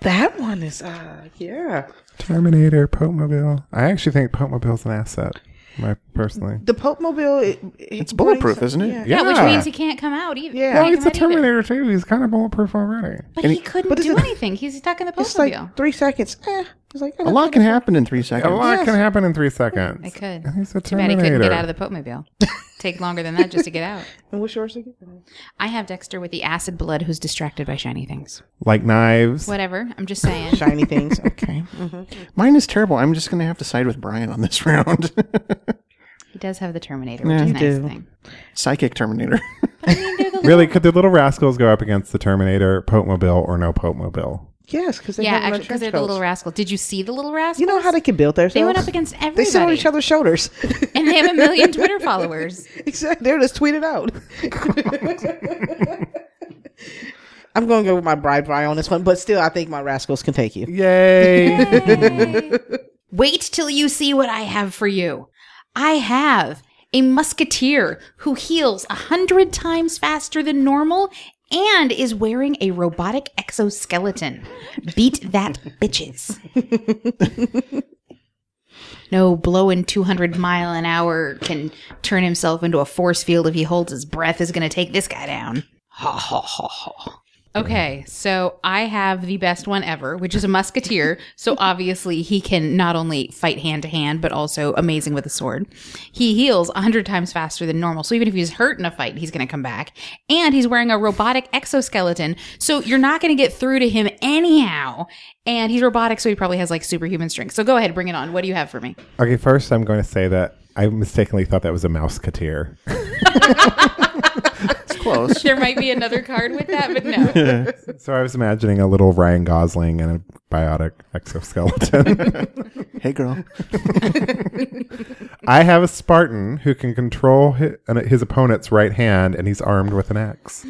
Speaker 3: that one is uh yeah.
Speaker 1: Terminator, Pope Mobile. I actually think Pope Mobile's an asset, my personally.
Speaker 3: The Pope Mobile it,
Speaker 2: It's bulletproof, isn't it?
Speaker 4: yeah, which means he can't come out either.
Speaker 3: Yeah.
Speaker 4: Can't
Speaker 1: Well, he's
Speaker 4: come
Speaker 1: the
Speaker 4: out either.
Speaker 1: Terminator too. He's kind of bulletproof already.
Speaker 4: But
Speaker 2: And
Speaker 4: he couldn't
Speaker 3: But is
Speaker 4: do
Speaker 3: it-
Speaker 4: anything. He's stuck in the
Speaker 3: It's
Speaker 4: Pokemobile.
Speaker 3: like three seconds. Eh, it's like
Speaker 2: A lot can happen in three
Speaker 1: A
Speaker 2: seconds.
Speaker 1: lot can happen in three seconds.
Speaker 4: I could.
Speaker 1: He's the
Speaker 4: Too bad he couldn't get
Speaker 1: Terminator.
Speaker 4: out of the
Speaker 3: (laughs)
Speaker 4: Pokemobile. Take longer than that just to get out.
Speaker 3: eh. And what's yours again?
Speaker 4: I have Dexter with the acid blood, who's distracted by shiny things.
Speaker 1: Like knives.
Speaker 4: Whatever. I'm just saying.
Speaker 3: Shiny things. (laughs) Okay.
Speaker 2: Mine is terrible. I'm just going to have to side with Brian on this (laughs) round.
Speaker 4: He does have the Terminator, which is a nice
Speaker 3: do.
Speaker 4: thing.
Speaker 2: Psychic Terminator.
Speaker 4: I mean, they're the little-
Speaker 1: Really, could the little rascals go up against the Terminator, Pope Mobile, or no Pope Mobile?
Speaker 3: yes, because they
Speaker 4: yeah,
Speaker 3: have them on
Speaker 4: actually, because they're
Speaker 3: trench
Speaker 4: the
Speaker 3: coats.
Speaker 4: little rascal. Did you see the little rascal?
Speaker 3: You know how they can build themselves.
Speaker 4: they went up against everybody.
Speaker 3: They sit on each other's shoulders. (laughs)
Speaker 4: and they have a million Twitter followers.
Speaker 3: Exactly. They're just tweeted out. (laughs) I'm going to go with my bribe buy on this one, but still, I think my rascals can take you.
Speaker 1: Yay!
Speaker 4: Wait till you see what I have for you. I have a musketeer who heals a hundred times faster than normal and is wearing a robotic exoskeleton. Beat that, bitches. No blowing 200 mile an hour can turn himself into a force field if he holds his breath is going to take this guy down. Ha ha ha ha. Okay, so I have the best one ever, which is a musketeer. (laughs) so obviously he can not only fight hand to hand, but also amazing with a sword. He heals 100 times faster than normal. So even if he's hurt in a fight, he's going to come back. And he's wearing a robotic exoskeleton. So you're not going to get through to him anyhow. And he's robotic, so he probably has like superhuman strength. So go ahead, bring it on. What do you have for me?
Speaker 1: (laughs) okay, first I'm going to say that I mistakenly thought that was a mouseketeer.
Speaker 2: It's
Speaker 4: (laughs)
Speaker 2: close.
Speaker 4: there might be another card with that, but (laughs) no.
Speaker 1: so I was imagining a little Ryan Gosling and a biotic exoskeleton.
Speaker 2: hey, girl.
Speaker 1: I have a Spartan who can control his, his opponent's right hand, and he's armed with an axe.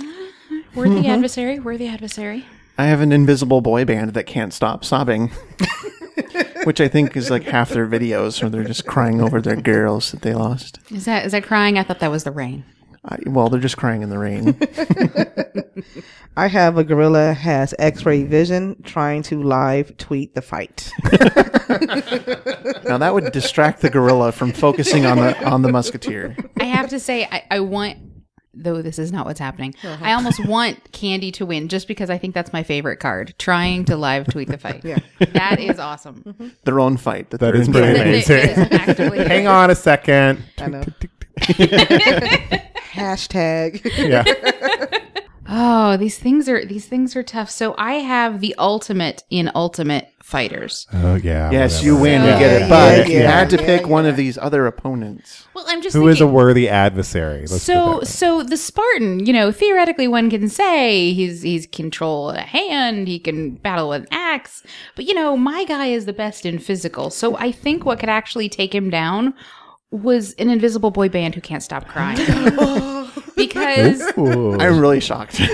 Speaker 4: We're the adversary. We're the adversary.
Speaker 2: I have an invisible boy band that can't stop sobbing, which I think is like half their videos, where they're just crying over their girls that they lost.
Speaker 4: Is that is that crying? I thought that was the rain.
Speaker 2: I, well, they're just crying in the rain.
Speaker 3: I have a gorilla has X-ray vision, trying to live tweet the fight.
Speaker 2: now that would distract the gorilla from focusing on the on the musketeer.
Speaker 4: I have to say, I, I want. Though this is not what's happening, I almost want Candy to win just because I think that's my favorite card. Trying to live tweet the
Speaker 1: (laughs)
Speaker 4: fight. Yeah, Mm-hmm. that is awesome.
Speaker 2: Their own fight. That,
Speaker 1: That
Speaker 2: they're
Speaker 1: is
Speaker 2: in-
Speaker 1: pretty
Speaker 4: That
Speaker 1: amazing.
Speaker 4: is- that is
Speaker 1: (laughs)
Speaker 4: actively-
Speaker 1: Hang on a second.
Speaker 3: know. (laughs) Hashtag.
Speaker 1: (laughs) Yeah.
Speaker 4: Oh, these things are these things are tough. So I have the ultimate in ultimate fighters.
Speaker 1: Oh yeah.
Speaker 2: Yes,
Speaker 1: whatever.
Speaker 2: you win. You
Speaker 4: Yeah,
Speaker 2: get it.
Speaker 4: yeah,
Speaker 2: But
Speaker 3: yeah,
Speaker 2: you had to
Speaker 3: yeah,
Speaker 2: pick one of these other opponents.
Speaker 4: Well, I'm just
Speaker 1: Who
Speaker 4: thinking,
Speaker 1: is a worthy adversary? Let's put that
Speaker 4: so
Speaker 1: way.
Speaker 4: so the Spartan, you know, theoretically one can say he's he's control a hand, he can battle with an axe, but you know, my guy is the best in physical. So I think what could
Speaker 2: (laughs)
Speaker 4: actually take him down was an invisible boy band who can't stop crying. because
Speaker 1: Ooh.
Speaker 2: I'm really shocked. (laughs)
Speaker 4: because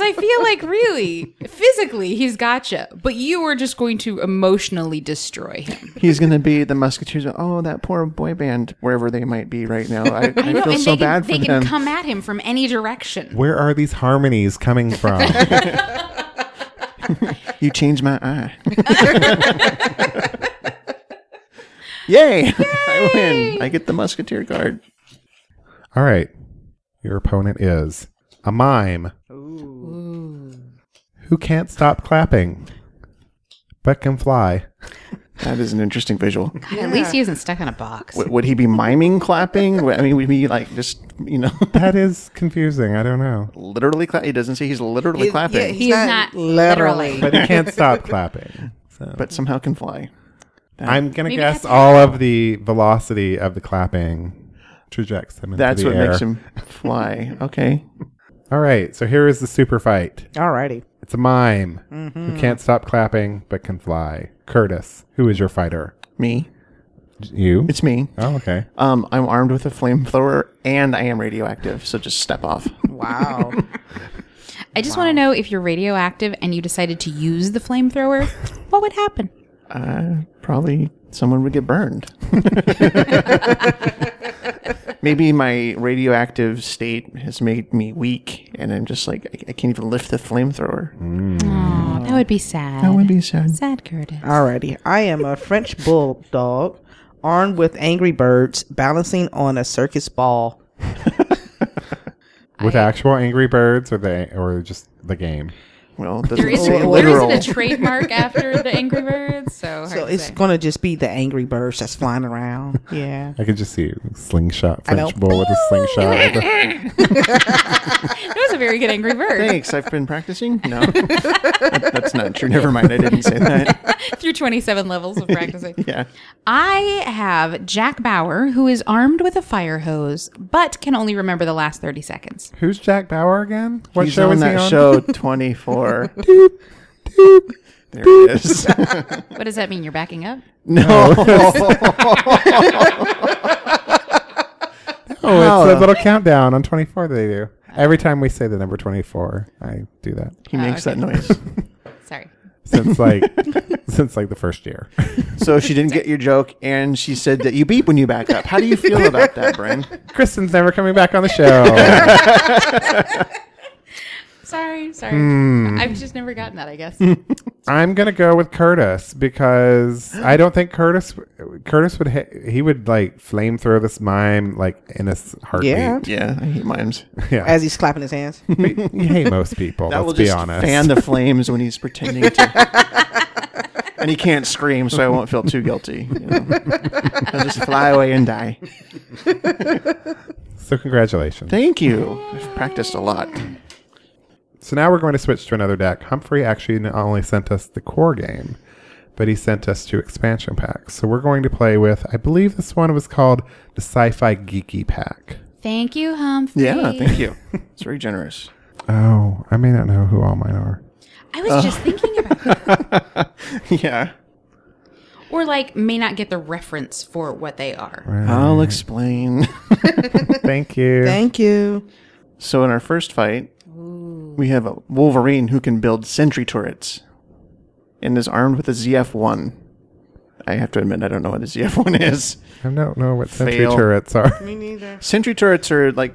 Speaker 4: I feel like really physically he's gotcha, but you are just going to emotionally destroy him.
Speaker 2: He's going to be the Musketeers. Oh, that poor boy band, wherever they might be right now. I, I,
Speaker 4: No,
Speaker 2: feel
Speaker 4: and
Speaker 2: so
Speaker 4: they can,
Speaker 2: bad
Speaker 4: they
Speaker 2: for
Speaker 4: can
Speaker 2: them.
Speaker 4: come at him from any direction.
Speaker 1: Where are these harmonies coming
Speaker 2: (laughs)
Speaker 1: from?
Speaker 2: You changed my eye. (laughs) Yay! I win. I get the Musketeer card.
Speaker 1: All right. Your opponent is a mime who can't stop clapping but can fly.
Speaker 2: That is an interesting visual.
Speaker 4: At least he isn't stuck in a box.
Speaker 2: W- would he be miming clapping? W- I mean, would he be like just, you know, (laughs)
Speaker 1: That
Speaker 4: (laughs)
Speaker 1: is confusing. I don't know.
Speaker 2: literally clap? He doesn't say he's literally clapping,
Speaker 3: Yeah,
Speaker 4: He's not literally.
Speaker 1: But he can't stop clapping. So
Speaker 2: but somehow can fly.
Speaker 1: I'm going to
Speaker 4: Maybe
Speaker 1: guess
Speaker 4: that's-
Speaker 1: all of the velocity of the clapping trajects him into
Speaker 2: That's
Speaker 1: the
Speaker 2: what
Speaker 1: air.
Speaker 2: makes him fly. Okay.
Speaker 1: All right. So here is the super fight.
Speaker 3: Alrighty.
Speaker 1: It's a mime
Speaker 2: Mm-hmm.
Speaker 1: who can't stop clapping but can fly. Curtis, who is your fighter?
Speaker 2: Me.
Speaker 1: You?
Speaker 2: It's me.
Speaker 1: oh, okay.
Speaker 2: Um, I'm armed with a flamethrower and I am radioactive, so just step off.
Speaker 3: Wow.
Speaker 4: I just want to know if you're radioactive and you decided to use
Speaker 2: (laughs)
Speaker 4: the flamethrower, what would happen?
Speaker 2: Uh, probably someone would get burned. (laughs) Maybe my radioactive state has made me weak, and I'm just like, I, I can't even lift the flamethrower.
Speaker 4: Oh, that would be sad.
Speaker 2: That would be sad.
Speaker 4: sad, Curtis.
Speaker 3: (laughs) Alrighty. I am a French bulldog armed with angry birds balancing on a circus ball.
Speaker 1: With actual Angry Birds or the or just the game?
Speaker 2: Well, it
Speaker 4: There
Speaker 2: doesn't
Speaker 4: isn't,
Speaker 2: say
Speaker 4: there
Speaker 2: oh, literal.
Speaker 4: isn't a trademark after the Angry Birds, so, hard
Speaker 3: So
Speaker 4: to
Speaker 3: it's (laughs)
Speaker 4: say.
Speaker 3: going to just be the angry birds that's flying (laughs) around. Yeah.
Speaker 1: I could just see you slingshot
Speaker 3: I know.
Speaker 1: French bull with a
Speaker 4: (laughs)
Speaker 1: slingshot.
Speaker 4: It was a very good Angry Bird
Speaker 2: Thanks, I've been practicing.
Speaker 4: (laughs)
Speaker 2: No, That- that's not true. Never mind, I didn't say
Speaker 4: (laughs)
Speaker 2: that.
Speaker 4: through 27 levels of practicing.
Speaker 2: (laughs) Yeah.
Speaker 4: I have Jack Bauer, who is armed with a fire hose, but can only remember the last 30 seconds.
Speaker 1: Who's Jack Bauer again? What
Speaker 2: He's
Speaker 1: show
Speaker 2: on
Speaker 1: is
Speaker 2: that
Speaker 1: he on? (laughs) Oh,
Speaker 2: show 24. (laughs) there he is.
Speaker 4: What does that mean? You're backing up?
Speaker 1: Oh, it's a little countdown on 24 that they do. Every time we say the number 24, I do that.
Speaker 2: (laughs) He makes that noise.
Speaker 4: Sorry.
Speaker 1: Since like since like the first year.
Speaker 2: (laughs) So she didn't get your joke, and she said that you beep when you back up. How do you feel about that, Brian?
Speaker 1: Kristen's never coming back on the show.
Speaker 2: (laughs)
Speaker 4: Sorry, sorry.
Speaker 2: Hmm.
Speaker 4: I've just never gotten that,
Speaker 2: (laughs)
Speaker 4: I guess.
Speaker 1: I'm gonna go with Curtis because I don't think Curtis Curtis would ha- he would like flame throw this mime like in a s- heartbeat.
Speaker 3: Yeah.
Speaker 2: Yeah, I hate mimes.
Speaker 1: (laughs) yeah.
Speaker 3: As he's clapping his hands.
Speaker 1: you hate most people.
Speaker 2: That
Speaker 1: let's
Speaker 2: will
Speaker 1: be
Speaker 2: just
Speaker 1: honest.
Speaker 2: fan
Speaker 1: (laughs)
Speaker 2: the flames when he's pretending to. and he can't scream, so I won't feel too guilty. You know? I'll just fly away and die.
Speaker 1: so congratulations.
Speaker 2: Thank you. I've practiced a lot.
Speaker 1: So now we're going to switch to another deck. Humphrey actually not only sent us the core game, but he sent us two expansion packs. So we're going to play with, I believe this one was called the Sci Fi Geeky Pack.
Speaker 4: Thank you, Humphrey.
Speaker 2: Yeah, thank you. It's very generous.
Speaker 1: Oh, I may not know who all mine are.
Speaker 4: I
Speaker 2: (laughs)
Speaker 4: was just thinking about that.
Speaker 2: (laughs) Yeah.
Speaker 4: Or, like, may not get the reference for what they are.
Speaker 2: I'll explain.
Speaker 1: (laughs) Thank you.
Speaker 3: Thank you.
Speaker 2: So in our first fight, we have a Wolverine who can build sentry turrets and is armed with a ZF-1. I have to admit I don't know what a ZF-1 is.
Speaker 1: I don't know what sentry
Speaker 2: Fail.
Speaker 1: turrets are.
Speaker 3: Me neither.
Speaker 2: Sentry turrets are like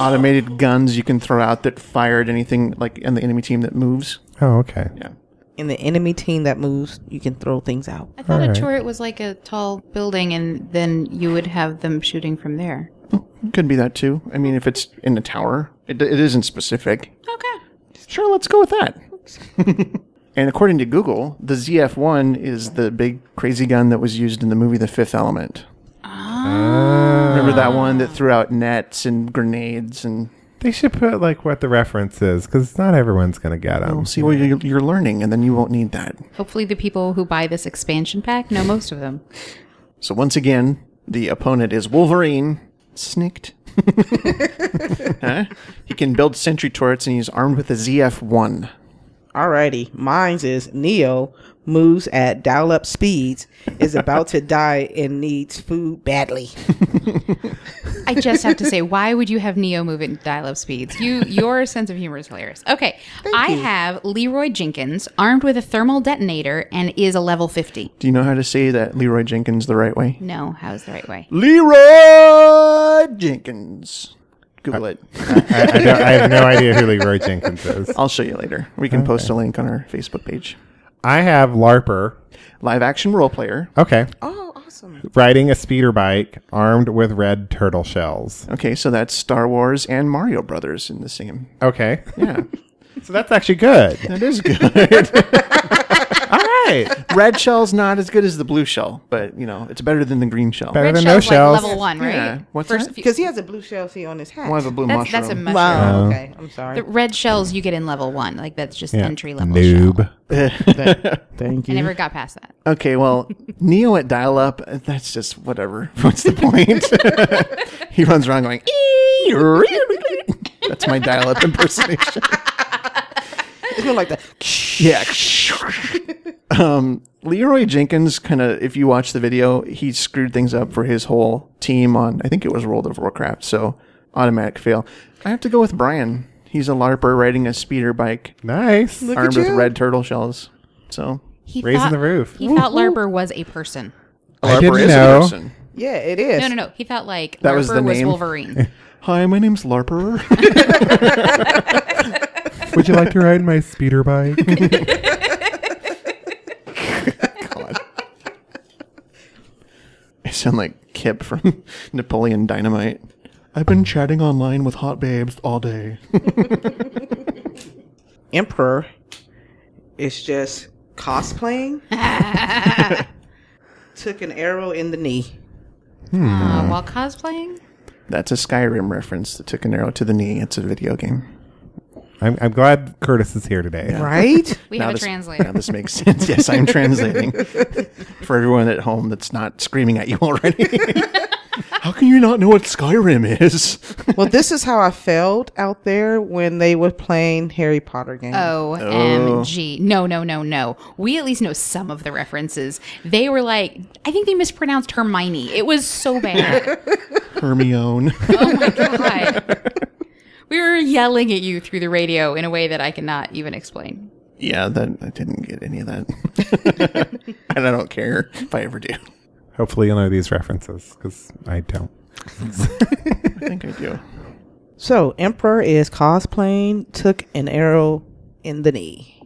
Speaker 2: automated guns you can throw out that fire at anything like in the enemy team that moves.
Speaker 1: Oh, okay.
Speaker 2: Yeah.
Speaker 3: In the enemy team that moves, you can throw things out.
Speaker 4: I thought
Speaker 1: Alright.
Speaker 4: a turret was like a tall building, and then you would have them shooting from there.
Speaker 2: Could be that too. I mean if it's in a tower, it, it isn't specific.
Speaker 4: Okay.
Speaker 2: Sure, let's go with that. (laughs) and according to Google, the ZF-1 is the big crazy gun that was used in the movie The Fifth Element. Remember that one that threw out nets and grenades and
Speaker 1: They should put like what the reference is because not everyone's going to get them.
Speaker 2: we'll see what you're, you're learning, and then you won't need that.
Speaker 4: Hopefully, the people who buy this expansion pack know most of them.
Speaker 2: So once again, the opponent is Wolverine. Snicked. (laughs) Huh? He can build sentry turrets, and he's armed with a ZF-1.
Speaker 3: Alrighty. Mine's is Neo moves at dial up speeds, is about (laughs) to die and needs food badly.
Speaker 4: I just have to (laughs) say, why would you have Neo move at dial-up speeds? You, your sense of humor is hilarious. Okay, I have Leroy Jenkins armed with a thermal detonator and is a level fifty.
Speaker 2: Do you know how to say that Leroy Jenkins the right way?
Speaker 4: No, how's the right way?
Speaker 2: Leroy Jenkins. Google it.
Speaker 1: I, I, don't, I have no idea who Leroy Jenkins is.
Speaker 2: Uh, I'll show you later. We can post a link on our Facebook page.
Speaker 1: I have LARPer.
Speaker 2: Live action role player.
Speaker 1: Okay.
Speaker 3: Oh, awesome.
Speaker 1: Riding a speeder bike armed with red turtle shells.
Speaker 2: Okay, so that's Star Wars and Mario Brothers in the same.
Speaker 1: (laughs) Okay.
Speaker 2: Yeah,
Speaker 1: So that's actually good.
Speaker 2: that is good.
Speaker 1: (laughs) All right.
Speaker 2: (laughs) Red shell's not as good as the blue shell, but you know it's better than the green shell.
Speaker 1: Better
Speaker 4: Red
Speaker 1: than
Speaker 4: shell's
Speaker 1: no
Speaker 4: like
Speaker 1: shells.
Speaker 4: level one, right?
Speaker 2: Yeah, what's that?
Speaker 4: few-
Speaker 3: Because he has a blue shell see on his hat.
Speaker 2: One of a blue
Speaker 4: that's, that's a
Speaker 2: mushroom.
Speaker 4: mushroom.
Speaker 3: wow. Okay, I'm sorry.
Speaker 4: The red shells you get in level one, like that's just
Speaker 1: Yeah.
Speaker 4: entry level.
Speaker 1: Noob.
Speaker 4: Shell.
Speaker 2: (laughs)
Speaker 3: Thank
Speaker 4: I
Speaker 3: you.
Speaker 4: never got past that.
Speaker 2: okay, well, Neo at dial up. That's just whatever. (laughs) What's the
Speaker 3: (laughs)
Speaker 2: point? he runs around going. "Ee-ree-ree-ree." that's my dial up
Speaker 3: (laughs)
Speaker 2: impersonation.
Speaker 3: (laughs) It's more like that.
Speaker 2: Yeah. (laughs) um, Leroy Jenkins kind of, if you watch the video, he screwed things up for his whole team on, I think it was World of Warcraft, so automatic fail. I have to go with Brian. He's a LARPer riding a speeder bike
Speaker 1: Nice.
Speaker 3: Look
Speaker 2: armed
Speaker 3: at
Speaker 2: with
Speaker 3: you.
Speaker 2: red turtle shells. So,
Speaker 4: He
Speaker 1: Raising
Speaker 4: thought-
Speaker 1: the roof.
Speaker 4: He thought Larper was a person.
Speaker 2: a
Speaker 1: I
Speaker 2: LARPer
Speaker 1: didn't
Speaker 2: is
Speaker 1: know.
Speaker 2: a person.
Speaker 3: Yeah, it is.
Speaker 4: No, no, no. He thought like
Speaker 2: That
Speaker 4: Larper
Speaker 2: was
Speaker 4: was,
Speaker 2: the name.
Speaker 4: Wolverine.
Speaker 2: Hi, my name's LARPer.
Speaker 1: Would you like to ride my speeder bike?
Speaker 2: God. (laughs) I sound like Kip from (laughs) Napoleon Dynamite. I've been chatting online with hot babes all day. (laughs)
Speaker 3: Emperor is just cosplaying. (laughs) Took an arrow in the knee.
Speaker 2: (laughs) Hmm.
Speaker 4: uh, while cosplaying.
Speaker 2: That's a Skyrim reference that took an arrow to the knee. It's a video game.
Speaker 1: (laughs) I'm, I'm glad Curtis is here today.
Speaker 3: (laughs) Right?
Speaker 4: We
Speaker 2: Now
Speaker 4: have a
Speaker 2: this- (laughs)
Speaker 4: translator.
Speaker 2: Now this makes sense. Yes, I'm translating (laughs) for everyone at home that's not screaming at you already. (laughs) How can you not know what Skyrim is? (laughs)
Speaker 3: well, this is how I felt out there when they were playing Harry Potter game.
Speaker 4: Oh.
Speaker 2: Oh.
Speaker 4: OMG. No, no, no, no. We at least know some of the references. They were like, I think they mispronounced Hermione. It was
Speaker 2: (laughs)
Speaker 4: so bad.
Speaker 2: Hermione. (laughs)
Speaker 4: oh my God. We were yelling at you through the radio in a way that I cannot even explain.
Speaker 2: yeah, that I didn't get any of that, (laughs) and I don't care if I ever do.
Speaker 1: Hopefully you'll know these references because I don't.
Speaker 2: I think I do.
Speaker 3: So, Emperor is cosplaying, took an arrow in the knee.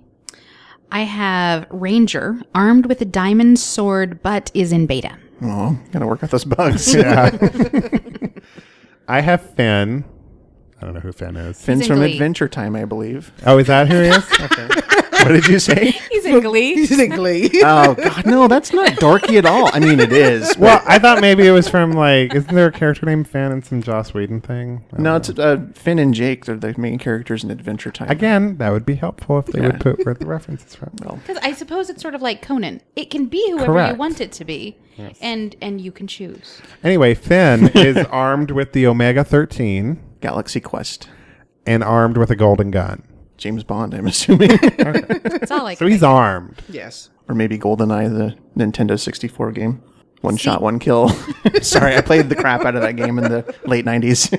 Speaker 4: I have Ranger armed with a diamond sword, but is in beta.
Speaker 2: Well, gotta work out those
Speaker 4: (laughs)
Speaker 2: bugs.
Speaker 1: (laughs) I have Finn. I don't know who Finn is.
Speaker 2: Finn's
Speaker 4: in
Speaker 2: from
Speaker 4: Glee.
Speaker 2: Adventure Time, I believe.
Speaker 1: Oh, is that who (laughs) he is? Okay.
Speaker 2: What did you say?
Speaker 4: He's in
Speaker 1: (laughs)
Speaker 4: Glee.
Speaker 3: He's in (laughs) glee.
Speaker 2: (laughs) Oh God, no, that's not dorky at all. I mean, it is. but-
Speaker 1: Well, I thought maybe it was from like, isn't there a character named Finn in some Joss Whedon thing? I don't
Speaker 2: no,
Speaker 1: know.
Speaker 2: it's uh, Finn and Jake. They're the main characters in Adventure Time.
Speaker 1: Again, that would be helpful if they
Speaker 2: Yeah.
Speaker 1: would put where the reference is from.
Speaker 4: Because I suppose it's sort of like Conan. It can be whoever
Speaker 1: Correct.
Speaker 4: you want it to be, and and you can choose.
Speaker 1: Anyway,
Speaker 2: (laughs)
Speaker 1: Finn is armed with the Omega 13
Speaker 2: Galaxy Quest.
Speaker 1: and armed with a golden gun.
Speaker 2: James Bond, I'm assuming. (laughs)
Speaker 4: It's all like
Speaker 1: (laughs) So he's armed.
Speaker 3: yes.
Speaker 2: or maybe GoldenEye, the Nintendo 64 game. One shot, one (laughs) kill. Sorry, I played the crap out of that game in the late 90s.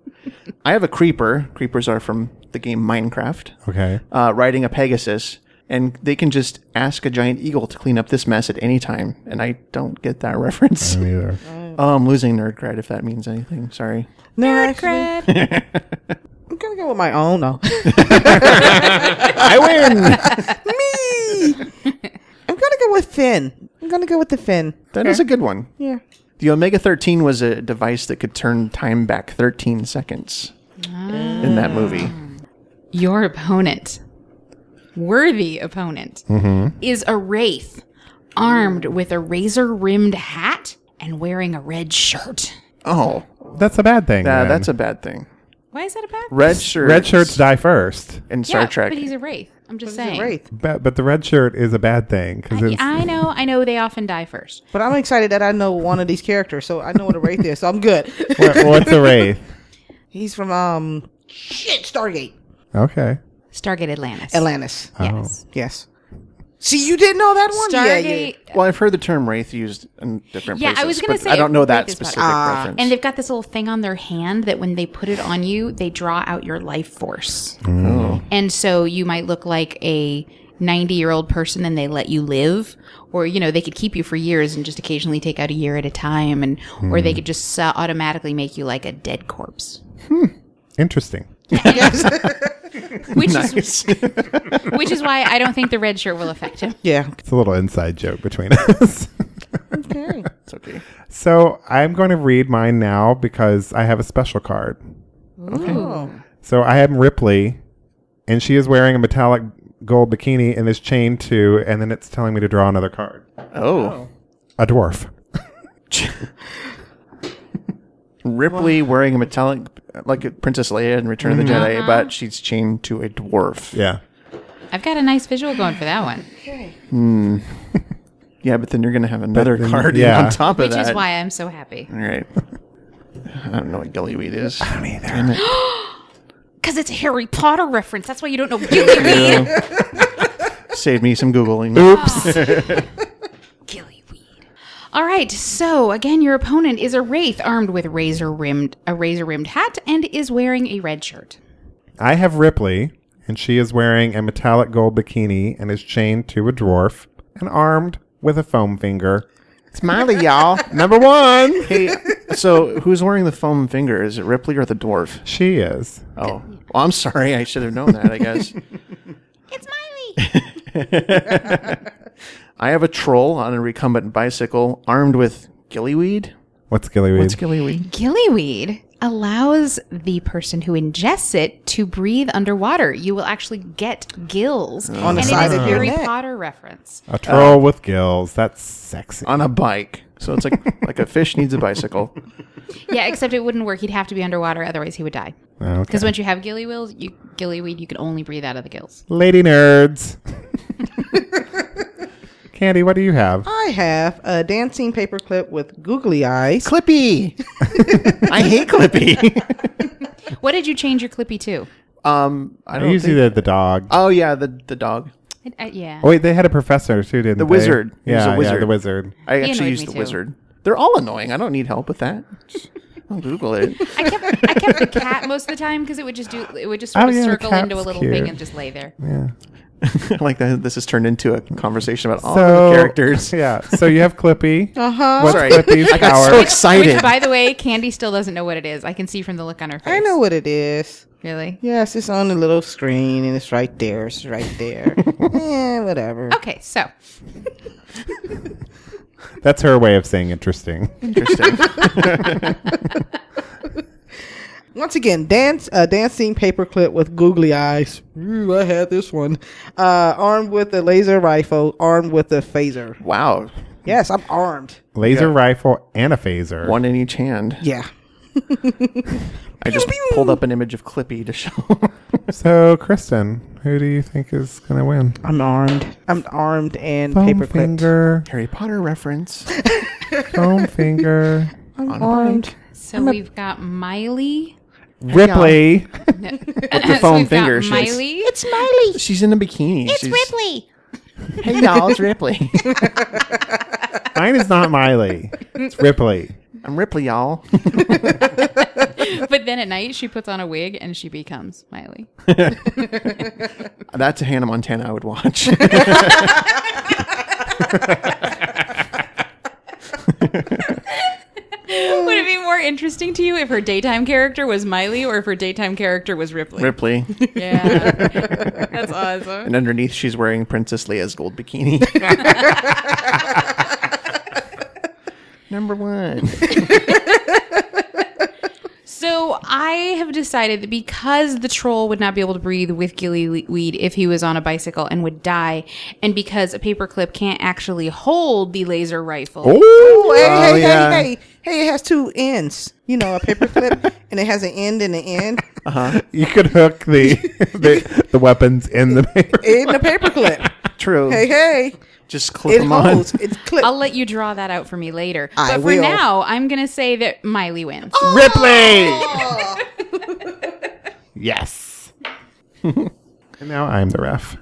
Speaker 2: (laughs) I have a creeper. Creepers are from the game Minecraft.
Speaker 1: Okay.
Speaker 2: Uh, riding a Pegasus, and they can just ask a giant eagle to clean up this mess at any time. And I don't get that (laughs) reference.
Speaker 1: Me either.
Speaker 4: Mm.
Speaker 2: Oh, I'm losing nerd cred if that means anything. Sorry.
Speaker 3: No, actually, I'm going to go with my own. (laughs) No.
Speaker 2: I win.
Speaker 3: Me! I'm going to go with Finn. I'm going to go with the Finn.
Speaker 2: That is a good one.
Speaker 3: Yeah.
Speaker 2: The Omega 13 was a device that could turn time back 13 seconds
Speaker 4: Ah.
Speaker 2: in that movie.
Speaker 4: your opponent, worthy opponent,
Speaker 1: Mm-hmm.
Speaker 4: is a wraith armed with a razor rimmed hat and wearing a red shirt.
Speaker 2: Oh,
Speaker 1: That's a bad thing.
Speaker 2: yeah,
Speaker 1: then.
Speaker 2: that's a bad thing.
Speaker 4: Why is that a bad thing?
Speaker 2: Red shirt.
Speaker 1: Red shirts die first.
Speaker 2: in Star
Speaker 4: yeah,
Speaker 2: Trek.
Speaker 4: But he's a wraith. I'm just saying.
Speaker 3: Great.
Speaker 1: But, but the red shirt is a bad thing because it's.
Speaker 4: I know, I know they often die first.
Speaker 3: But I'm excited that I know one of these characters, so I know what a wraith is, so I'm good.
Speaker 1: (laughs) What- what's a wraith?
Speaker 3: He's from, um, shit, Stargate.
Speaker 1: Okay.
Speaker 4: Stargate Atlantis.
Speaker 3: Atlantis.
Speaker 1: Oh.
Speaker 4: Yes.
Speaker 3: Yes. See, you didn't know that one. Yeah, yeah, yeah.
Speaker 4: Stargate.
Speaker 2: Well, I've heard the term wraith used in different
Speaker 4: Yeah, I
Speaker 2: places.
Speaker 4: was gonna
Speaker 2: but
Speaker 4: say
Speaker 2: I don't know that
Speaker 4: wraith is
Speaker 2: specific
Speaker 4: possible.
Speaker 2: reference.
Speaker 4: And they've got this little thing on their hand that when they put it on you, they draw out your life force. And so you might look like a 90 year old person and they let you live. Or, you know, they could keep you for years and just occasionally take out a year at a time. And, or they could just uh, automatically make you like a dead corpse.
Speaker 1: Interesting.
Speaker 4: (laughs)
Speaker 3: (laughs)
Speaker 4: Which is, (laughs) which is why I don't think the red shirt will affect him.
Speaker 3: Yeah.
Speaker 1: It's a little inside joke between (laughs) us.
Speaker 3: Okay.
Speaker 2: it's okay.
Speaker 1: so I'm going to read mine now because I have a special card. So I am Ripley, and she is wearing a metallic gold bikini and is chained to, and then it's telling me to draw another card.
Speaker 2: Oh.
Speaker 1: A dwarf.
Speaker 2: Ripley wearing a metallic, like Princess Leia in Return of the
Speaker 4: Mm-hmm.
Speaker 2: Jedi,
Speaker 4: Uh-huh.
Speaker 2: but she's chained to a dwarf.
Speaker 1: Yeah.
Speaker 4: I've got a nice visual going for that one,
Speaker 2: Yeah, but then you're going to have another
Speaker 1: then-
Speaker 2: card (laughs)
Speaker 1: yeah.
Speaker 2: on top of
Speaker 4: which
Speaker 2: that.
Speaker 4: is why I'm so happy.
Speaker 2: All right. I don't know what Gillyweed is. I don't either. (gasps)
Speaker 4: Because it's a Harry Potter reference. That's why you don't know Gillyweed.
Speaker 2: Save me some Googling.
Speaker 4: Gillyweed. All right. So again, your opponent is a wraith armed with razor rimmed a razor rimmed hat and is wearing a red shirt.
Speaker 1: I have Ripley, and she is wearing a metallic gold bikini and is chained to a dwarf and armed with a foam finger.
Speaker 2: Smiley, y'all.
Speaker 1: Number one.
Speaker 2: hey, so who's wearing the foam finger? Is it Ripley or the dwarf?
Speaker 1: She is.
Speaker 2: Oh, well, I'm sorry. I should have known that, I guess.
Speaker 4: It's Miley. (laughs)
Speaker 2: I have a troll on a recumbent bicycle armed with gillyweed.
Speaker 1: What's Gillyweed?
Speaker 2: What's gillyweed?
Speaker 4: Gillyweed allows the person who ingests it to breathe underwater. You will actually get gills
Speaker 3: On the
Speaker 4: and
Speaker 3: side
Speaker 4: it is
Speaker 3: of
Speaker 4: a
Speaker 3: your
Speaker 4: Harry
Speaker 3: neck.
Speaker 4: Potter reference.
Speaker 1: a troll with gills. That's sexy.
Speaker 2: On a bike. So it's like like a fish needs a bicycle.
Speaker 4: Yeah, except it wouldn't work. He'd have to be underwater, otherwise he would die.
Speaker 1: Okay.
Speaker 4: Because once you have gillywills, you gillyweed, you can only breathe out of the gills.
Speaker 1: Lady nerds. Candy, what do you have?
Speaker 3: I have a dancing paperclip with googly eyes.
Speaker 2: Clippy. (laughs) I hate (laughs) Clippy.
Speaker 4: What did you change your Clippy to?
Speaker 2: um, I
Speaker 1: I
Speaker 2: don't.
Speaker 1: usually did
Speaker 2: think-
Speaker 1: the dog.
Speaker 2: oh yeah, the the dog.
Speaker 4: Uh, yeah.
Speaker 1: Oh, wait, they had a professor too, didn't
Speaker 2: The
Speaker 1: they?
Speaker 2: wizard. He was a
Speaker 1: Yeah, yeah,
Speaker 2: wizard.
Speaker 1: the wizard.
Speaker 2: I
Speaker 4: He
Speaker 2: actually
Speaker 4: annoyed
Speaker 2: used
Speaker 4: me
Speaker 2: the
Speaker 4: too.
Speaker 2: wizard. They're all annoying. I don't need help with
Speaker 4: (laughs)
Speaker 2: that. I'll Google it. (laughs)
Speaker 4: I kept I kept the cat most of the time because it would just do it would just sort
Speaker 1: Oh,
Speaker 4: of
Speaker 1: yeah, the
Speaker 4: circle into a
Speaker 1: cat's
Speaker 4: little
Speaker 1: cute.
Speaker 4: thing and just lay there.
Speaker 1: Yeah.
Speaker 2: like that. This has turned into a conversation about all
Speaker 1: So
Speaker 2: the
Speaker 1: (laughs)
Speaker 2: characters. Uh-huh.
Speaker 1: Yeah. So you have Clippy.
Speaker 3: Uh huh.
Speaker 1: What's
Speaker 2: Sorry.
Speaker 1: Clippy's
Speaker 2: I got
Speaker 1: power?
Speaker 2: so excited.
Speaker 4: Which, by the way, Candy still doesn't know what it is. I can see from the look on her face.
Speaker 3: I know what it is.
Speaker 4: Really?
Speaker 3: Yes, it's on the little screen and it's right there. It's right (laughs) there. yeah, whatever.
Speaker 4: Okay, so
Speaker 1: That's her way of saying
Speaker 2: (laughs)
Speaker 1: interesting. (laughs)
Speaker 2: Interesting.
Speaker 3: Once again, dance a dancing paperclip with googly eyes. Ooh, I had this one. Uh, armed with a laser rifle, armed with a phaser.
Speaker 2: wow.
Speaker 3: Yes, I'm armed.
Speaker 1: Laser rifle and a phaser.
Speaker 2: One in each hand.
Speaker 3: Yeah.
Speaker 2: I just
Speaker 3: pew.
Speaker 2: pulled up an image of Clippy to show. (laughs)
Speaker 1: So Kristen, who do you think is gonna win?
Speaker 3: I'm armed. I'm armed and
Speaker 1: Foam
Speaker 3: paperclip.
Speaker 1: finger.
Speaker 2: Harry Potter
Speaker 4: (laughs)
Speaker 2: reference. (laughs)
Speaker 1: Foam finger.
Speaker 3: I'm armed.
Speaker 4: so we've got Miley.
Speaker 1: Ripley.
Speaker 4: With (laughs)
Speaker 2: the foam finger, she's-
Speaker 4: Miley. It's
Speaker 2: Miley. She's in a bikini. It's
Speaker 4: Ripley.
Speaker 2: Hey y'all, it's Ripley. (laughs)
Speaker 1: Mine is not Miley. It's Ripley.
Speaker 2: I'm Ripley, y'all.
Speaker 4: (laughs) But then at night she puts on a wig and she becomes Miley. (laughs)
Speaker 2: That's a Hannah Montana I would watch. (laughs)
Speaker 4: Would it be more interesting to you if her daytime character was Miley or if her daytime character was Ripley?
Speaker 2: Ripley.
Speaker 4: Yeah. (laughs) That's awesome.
Speaker 2: And underneath, she's wearing Princess Leia's gold
Speaker 3: (laughs)
Speaker 2: bikini. Number one.
Speaker 4: So I have decided that because the troll would not be able to breathe with gillyweed if he was on a bicycle and would die, and because a paperclip can't actually hold the laser rifle,
Speaker 1: Ooh,
Speaker 3: Hey,
Speaker 2: Oh,
Speaker 3: hey,
Speaker 2: yeah.
Speaker 3: hey, hey, hey, it has two ends. You know,
Speaker 2: (laughs)
Speaker 3: a paperclip and it has an end and an end
Speaker 1: You could hook
Speaker 2: (laughs)
Speaker 1: the the, the weapons in the paper.
Speaker 3: in the paperclip.
Speaker 2: True.
Speaker 3: Hey, hey.
Speaker 2: Just clip
Speaker 3: It
Speaker 2: them on.
Speaker 3: holds. It's clip.
Speaker 4: I'll let you draw that out for me later.
Speaker 3: I
Speaker 4: but for
Speaker 3: will.
Speaker 4: now, I'm going to say that Miley wins.
Speaker 1: Ripley. yes. and now I'm the ref.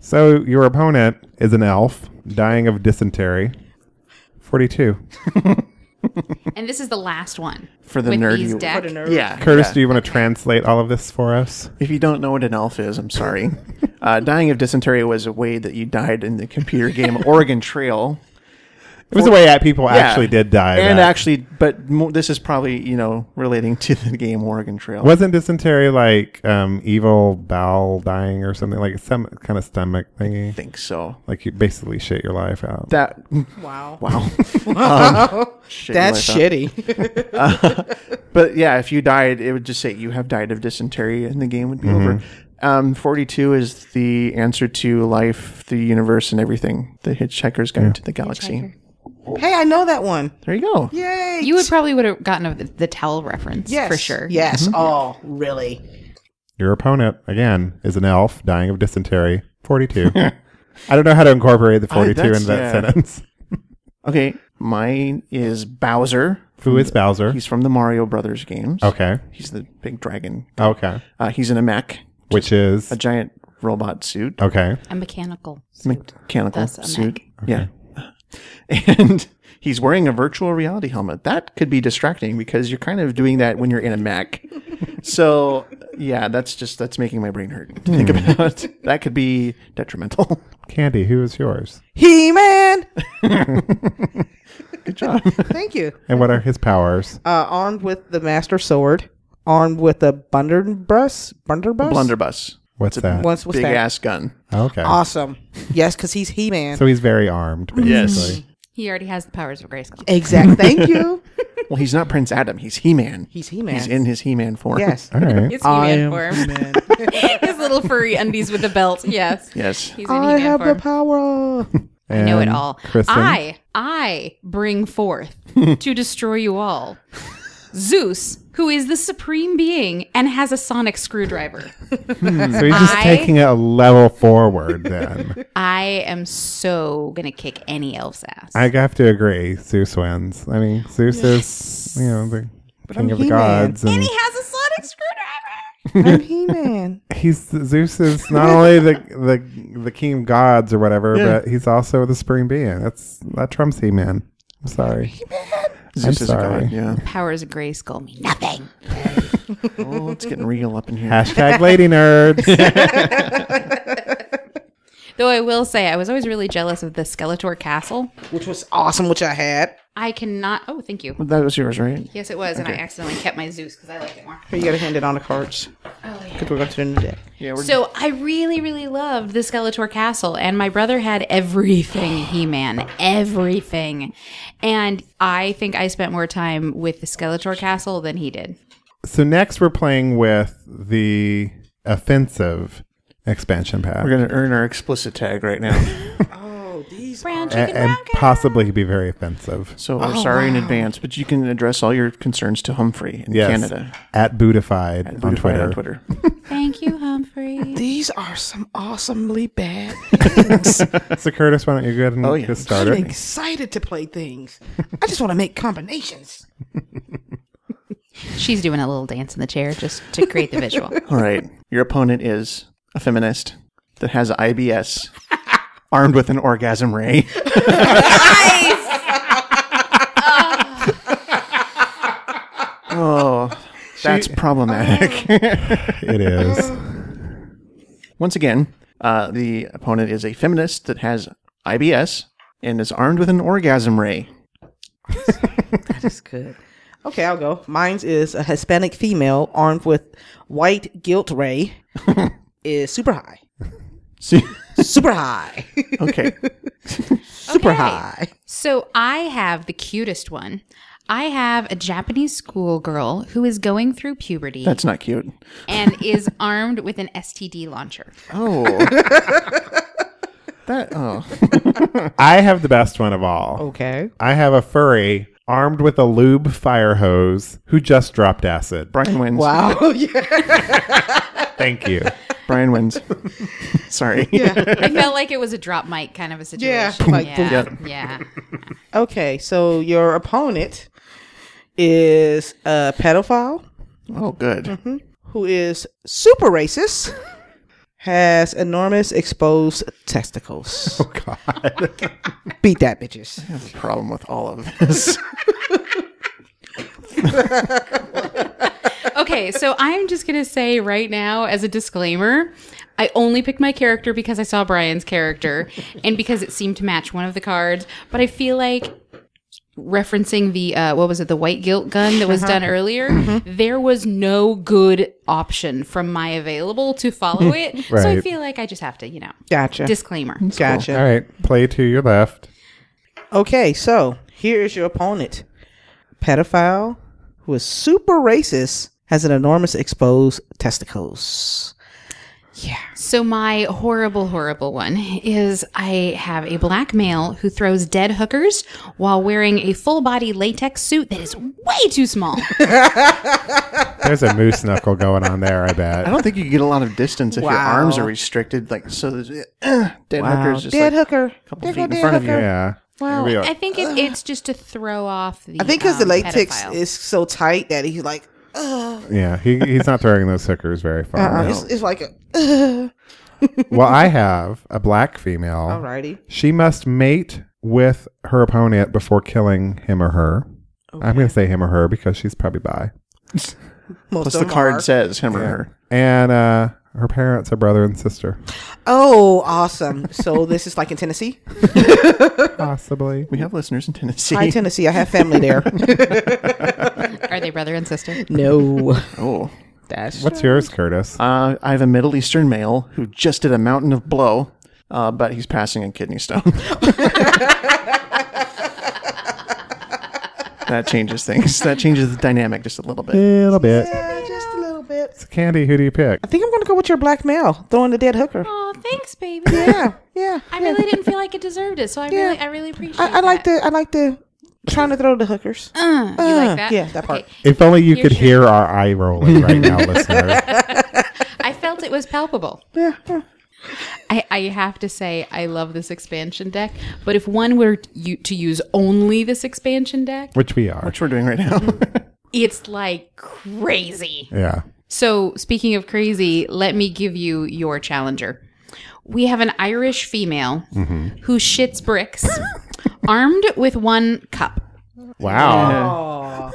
Speaker 1: So your opponent is an elf dying of dysentery.
Speaker 2: (laughs)
Speaker 1: 42.
Speaker 4: And this is the last one
Speaker 2: For the
Speaker 4: with
Speaker 2: nerd
Speaker 4: these
Speaker 2: you-
Speaker 4: deck.
Speaker 3: For the nerd.
Speaker 2: Yeah.
Speaker 1: Curtis,
Speaker 2: yeah.
Speaker 1: do you want to translate all of this for us?
Speaker 2: If you don't know what an elf is, I'm sorry. uh, dying of dysentery was a way that you died in the computer
Speaker 3: (laughs)
Speaker 2: game Oregon Trail.
Speaker 1: It was the way that people
Speaker 2: Yeah.
Speaker 1: actually did die.
Speaker 2: And
Speaker 1: that-
Speaker 2: actually, but mo- this is probably, you know, relating to the game Oregon Trail.
Speaker 1: Wasn't dysentery like um, evil bowel dying or something? Like some kind of stomach
Speaker 2: I
Speaker 1: thingy?
Speaker 2: think so.
Speaker 1: Like you basically shit your life out.
Speaker 2: That, (laughs)
Speaker 3: Wow.
Speaker 2: wow.
Speaker 3: (laughs)
Speaker 2: Shit,
Speaker 3: That's
Speaker 2: like that.
Speaker 3: shitty.
Speaker 2: But yeah, if you died, it would just say you have died of dysentery and the game would be over. Um, 42 is the answer to life, the universe, and everything. The Hitchhiker's Guide to the Galaxy.
Speaker 3: hey, I know that one.
Speaker 2: There you go.
Speaker 3: Yay.
Speaker 4: You would probably would have gotten a, the towel reference
Speaker 3: yes.
Speaker 4: for sure.
Speaker 3: Yes.
Speaker 2: Mm-hmm.
Speaker 3: Oh, really?
Speaker 1: Your opponent, again, is an elf dying of dysentery. 42. (laughs) I don't know how to incorporate the 42
Speaker 2: that's-
Speaker 1: into that
Speaker 2: yeah.
Speaker 1: sentence.
Speaker 2: Okay, mine is Bowser.
Speaker 1: Who is Bowser?
Speaker 2: He's from the Mario Brothers games.
Speaker 1: Okay.
Speaker 2: He's the big dragon.
Speaker 1: Okay.
Speaker 2: Uh, he's in a mech,
Speaker 1: Which is.
Speaker 2: a giant robot suit,
Speaker 1: Okay.
Speaker 4: A mechanical.
Speaker 2: mechanical
Speaker 4: That's a
Speaker 2: suit. Yeah. (laughs) And he's wearing a virtual reality helmet. That could be distracting because you're kind of doing that when you're in a
Speaker 3: (laughs)
Speaker 2: mech. so, yeah, that's just that's making my brain hurt to think
Speaker 1: Hmm.
Speaker 2: about. (laughs) That could be detrimental.
Speaker 1: Candy, who is yours?
Speaker 3: He Man.
Speaker 2: Good job.
Speaker 3: (laughs) Thank you.
Speaker 1: And what are his powers?
Speaker 3: Uh, armed with the Master Sword, armed with a Bunderbuss. Bunderbuss?
Speaker 2: Blunderbuss.
Speaker 1: What's that?
Speaker 3: What's, what's
Speaker 2: Big
Speaker 3: that?
Speaker 2: ass gun.
Speaker 1: Okay.
Speaker 3: Awesome. Yes, because he's He Man.
Speaker 1: So he's very armed.
Speaker 4: Mm.
Speaker 1: Yes.
Speaker 4: He already has the powers of Grayskull.
Speaker 3: exactly. Thank you.
Speaker 2: Well, he's not Prince Adam. He's He Man.
Speaker 3: He's He Man.
Speaker 2: He's in his He Man form.
Speaker 3: Yes.
Speaker 1: All right.
Speaker 4: It's He-Man
Speaker 3: He
Speaker 4: form.
Speaker 3: Man.
Speaker 4: His little furry undies with a belt. Yes.
Speaker 2: Yes.
Speaker 4: He's in
Speaker 3: I
Speaker 4: He-Man
Speaker 3: have
Speaker 4: form.
Speaker 3: the power.
Speaker 4: (laughs) I know it all.
Speaker 1: Kristen,
Speaker 4: I I bring forth to destroy you all. Zeus, who is the supreme being and has a sonic screwdriver.
Speaker 1: (laughs) so he's just
Speaker 4: I-
Speaker 1: taking it a level forward then. (laughs)
Speaker 4: I am so gonna kick any elf's ass.
Speaker 1: I have to agree. Zeus wins. I mean, Zeus is, you know, the king
Speaker 3: I'm
Speaker 1: of the
Speaker 3: He-Man.
Speaker 1: gods. And
Speaker 4: he has a sonic screwdriver.
Speaker 3: I'm He Man.
Speaker 1: he's Zeus is not only the, the the king of gods or whatever,
Speaker 2: Yeah.
Speaker 1: but he's also the supreme being. That's that trumps He Man. I'm sorry.
Speaker 2: Zeus
Speaker 1: I'm
Speaker 2: is a
Speaker 1: sorry.
Speaker 2: god. Yeah.
Speaker 4: Powers of Grayskull mean nothing.
Speaker 2: Oh, it's getting real up in here.
Speaker 1: Hashtag lady
Speaker 2: (laughs)
Speaker 1: nerds.
Speaker 4: Though I will say, I was always really jealous of the Skeletor castle.
Speaker 3: Which was awesome, which I had.
Speaker 4: I cannot. Oh, thank you.
Speaker 2: That was yours, right?
Speaker 4: Yes, it was, and I accidentally kept my Zeus because I liked it more.
Speaker 3: Here, you gotta hand it on the cards.
Speaker 4: Oh yeah.
Speaker 3: Because we're going to the new deck.
Speaker 4: So I really, really loved the Skeletor castle, and my brother had everything He-Man, everything, and I think I spent more time with the Skeletor castle than he did.
Speaker 1: so next we're playing with the offensive expansion pack.
Speaker 2: We're going to earn our explicit tag
Speaker 1: (laughs)
Speaker 2: right now.
Speaker 3: Oh, these.
Speaker 4: Brown
Speaker 1: A-
Speaker 4: chicken,
Speaker 1: and
Speaker 4: brown cow.
Speaker 1: possibly be very offensive.
Speaker 2: So we're sorry in advance, but you can address all your concerns to Humphrey in
Speaker 1: Yes.
Speaker 2: Canada.
Speaker 1: At Bootified, on,
Speaker 2: Beautified
Speaker 1: Twitter.
Speaker 2: On Twitter.
Speaker 4: Thank you, Humphrey.
Speaker 3: These are some awesomely bad.
Speaker 1: So Curtis, why don't you go ahead and
Speaker 2: Oh, yeah.
Speaker 1: get started?
Speaker 2: (laughs)
Speaker 3: I'm excited to play things. I just want to make combinations.
Speaker 4: She's doing a little dance in the chair just to create the visual.
Speaker 2: all right. Your opponent is a feminist that has IBS, armed with an orgasm ray. (laughs) oh, that's problematic.
Speaker 1: It is.
Speaker 2: Once again, uh, the opponent is a feminist that has IBS and is armed with an orgasm ray.
Speaker 3: That is good. Okay, I'll go. Mine's is a Hispanic female armed with white guilt ray. is super high.
Speaker 2: See-
Speaker 3: Super high. (laughs)
Speaker 2: okay.
Speaker 3: super
Speaker 4: Okay.
Speaker 3: high.
Speaker 4: So I have the cutest one. I have a Japanese schoolgirl who is going through puberty
Speaker 2: That's not cute.
Speaker 4: and is armed with an STD launcher.
Speaker 3: (laughs)
Speaker 2: Oh. that oh.
Speaker 1: I have the best one of all.
Speaker 3: Okay.
Speaker 1: I have a furry armed with a lube fire hose who just dropped acid.
Speaker 2: Brian wins.
Speaker 3: Wow. (laughs) yeah.
Speaker 1: Thank you.
Speaker 2: Brian wins. (laughs) Sorry.
Speaker 4: I felt like it was a drop mic kind of a situation.
Speaker 3: Yeah, like,
Speaker 4: yeah. yeah.
Speaker 3: Okay, so your opponent is a pedophile Mm-hmm.
Speaker 2: Oh good.
Speaker 3: who is super racist, has enormous exposed
Speaker 2: (laughs)
Speaker 3: testicles.
Speaker 1: Oh, God.
Speaker 3: (laughs) Beat that, bitches.
Speaker 2: problem with all of this. (laughs)
Speaker 4: Okay, so I'm just gonna say right now, as a disclaimer, I only picked my character because I saw Brian's character and because it seemed to match one of the cards. But I feel like referencing the uh, what was it, the white guilt gun that was done earlier, there was no good option from my available to follow it. So I
Speaker 1: Right.
Speaker 4: feel like I just have to, you know,
Speaker 3: Gotcha.
Speaker 4: disclaimer.
Speaker 1: (laughs)
Speaker 3: gotcha.
Speaker 1: All right. Play to your left.
Speaker 3: Okay, so here is your opponent. Pedophile who is super racist has an enormous exposed testicles.
Speaker 4: So my horrible, horrible one is I have a black male who throws dead hookers while wearing a full body latex suit that is way too small.
Speaker 1: There's a moose knuckle going on there, I bet.
Speaker 2: I don't think you get a lot of distance if your
Speaker 3: Wow.
Speaker 2: arms are restricted. Like so, (clears throat) there's, uh, dead hookers just
Speaker 3: dead
Speaker 2: like,
Speaker 3: hooker.
Speaker 2: couple
Speaker 3: There
Speaker 2: feet
Speaker 3: go
Speaker 2: in
Speaker 3: dead
Speaker 2: front of you.
Speaker 3: hooker.
Speaker 1: Yeah. uh, Wow. We are.
Speaker 4: I think it, it's just to throw off the.
Speaker 3: I think because the
Speaker 4: um,
Speaker 3: latex
Speaker 4: pedophile.
Speaker 3: is so tight that he's like, ugh.
Speaker 1: yeah. He, he's not throwing those hookers very far.
Speaker 3: Uh, it's, it's like, a, (laughs) ugh.
Speaker 1: Well, I have a black female.
Speaker 3: Alrighty.
Speaker 1: She must mate with her opponent before killing him or her. I'm going to say him or her because she's probably bi.
Speaker 3: Most
Speaker 2: plus
Speaker 3: of
Speaker 2: the
Speaker 3: them
Speaker 2: card
Speaker 3: are.
Speaker 2: says him or her.
Speaker 1: And uh, her parents are brother and sister,
Speaker 3: Oh, awesome. So (laughs) this is like in Tennessee?
Speaker 1: possibly.
Speaker 2: We have listeners in Tennessee. (laughs)
Speaker 3: Hi, Tennessee. I have family there.
Speaker 4: Are they brother and sister?
Speaker 3: no.
Speaker 2: oh,
Speaker 3: That's
Speaker 1: What's yours, Curtis?
Speaker 2: uh, I have a Middle Eastern male who just did a mountain of blow, uh, but he's passing a kidney
Speaker 3: (laughs)
Speaker 2: stone. (laughs) that changes things. That changes the dynamic just a little bit.
Speaker 1: little bit.
Speaker 3: (laughs) yeah, just a little bit.
Speaker 1: Candy, who do you pick?
Speaker 3: I think I'm going to go with your black male throwing the dead hooker.
Speaker 4: Oh, thanks, baby.
Speaker 3: Yeah, yeah.
Speaker 4: (laughs) I
Speaker 3: yeah.
Speaker 4: really didn't feel like it deserved it, so I
Speaker 3: Yeah.
Speaker 4: really, I really appreciate.
Speaker 3: I, I like
Speaker 4: that.
Speaker 3: the I like the trying to throw the hookers.
Speaker 4: Uh, you
Speaker 3: Uh,
Speaker 4: like that?
Speaker 3: yeah, that part.
Speaker 4: Okay.
Speaker 1: If only you could
Speaker 4: Here's
Speaker 1: hear our eye rolling right now, listener.
Speaker 4: I felt it was palpable.
Speaker 3: Yeah, yeah.
Speaker 4: I, I have to say I love this expansion deck, but if one were to, u- to use only this expansion deck,
Speaker 1: Which we are.
Speaker 2: Which we're doing right
Speaker 3: (laughs)
Speaker 2: now.
Speaker 4: it's like crazy.
Speaker 1: Yeah.
Speaker 4: So, speaking of crazy, let me give you your challenger. We have an Irish female who shits bricks, armed with one cup.
Speaker 1: Wow.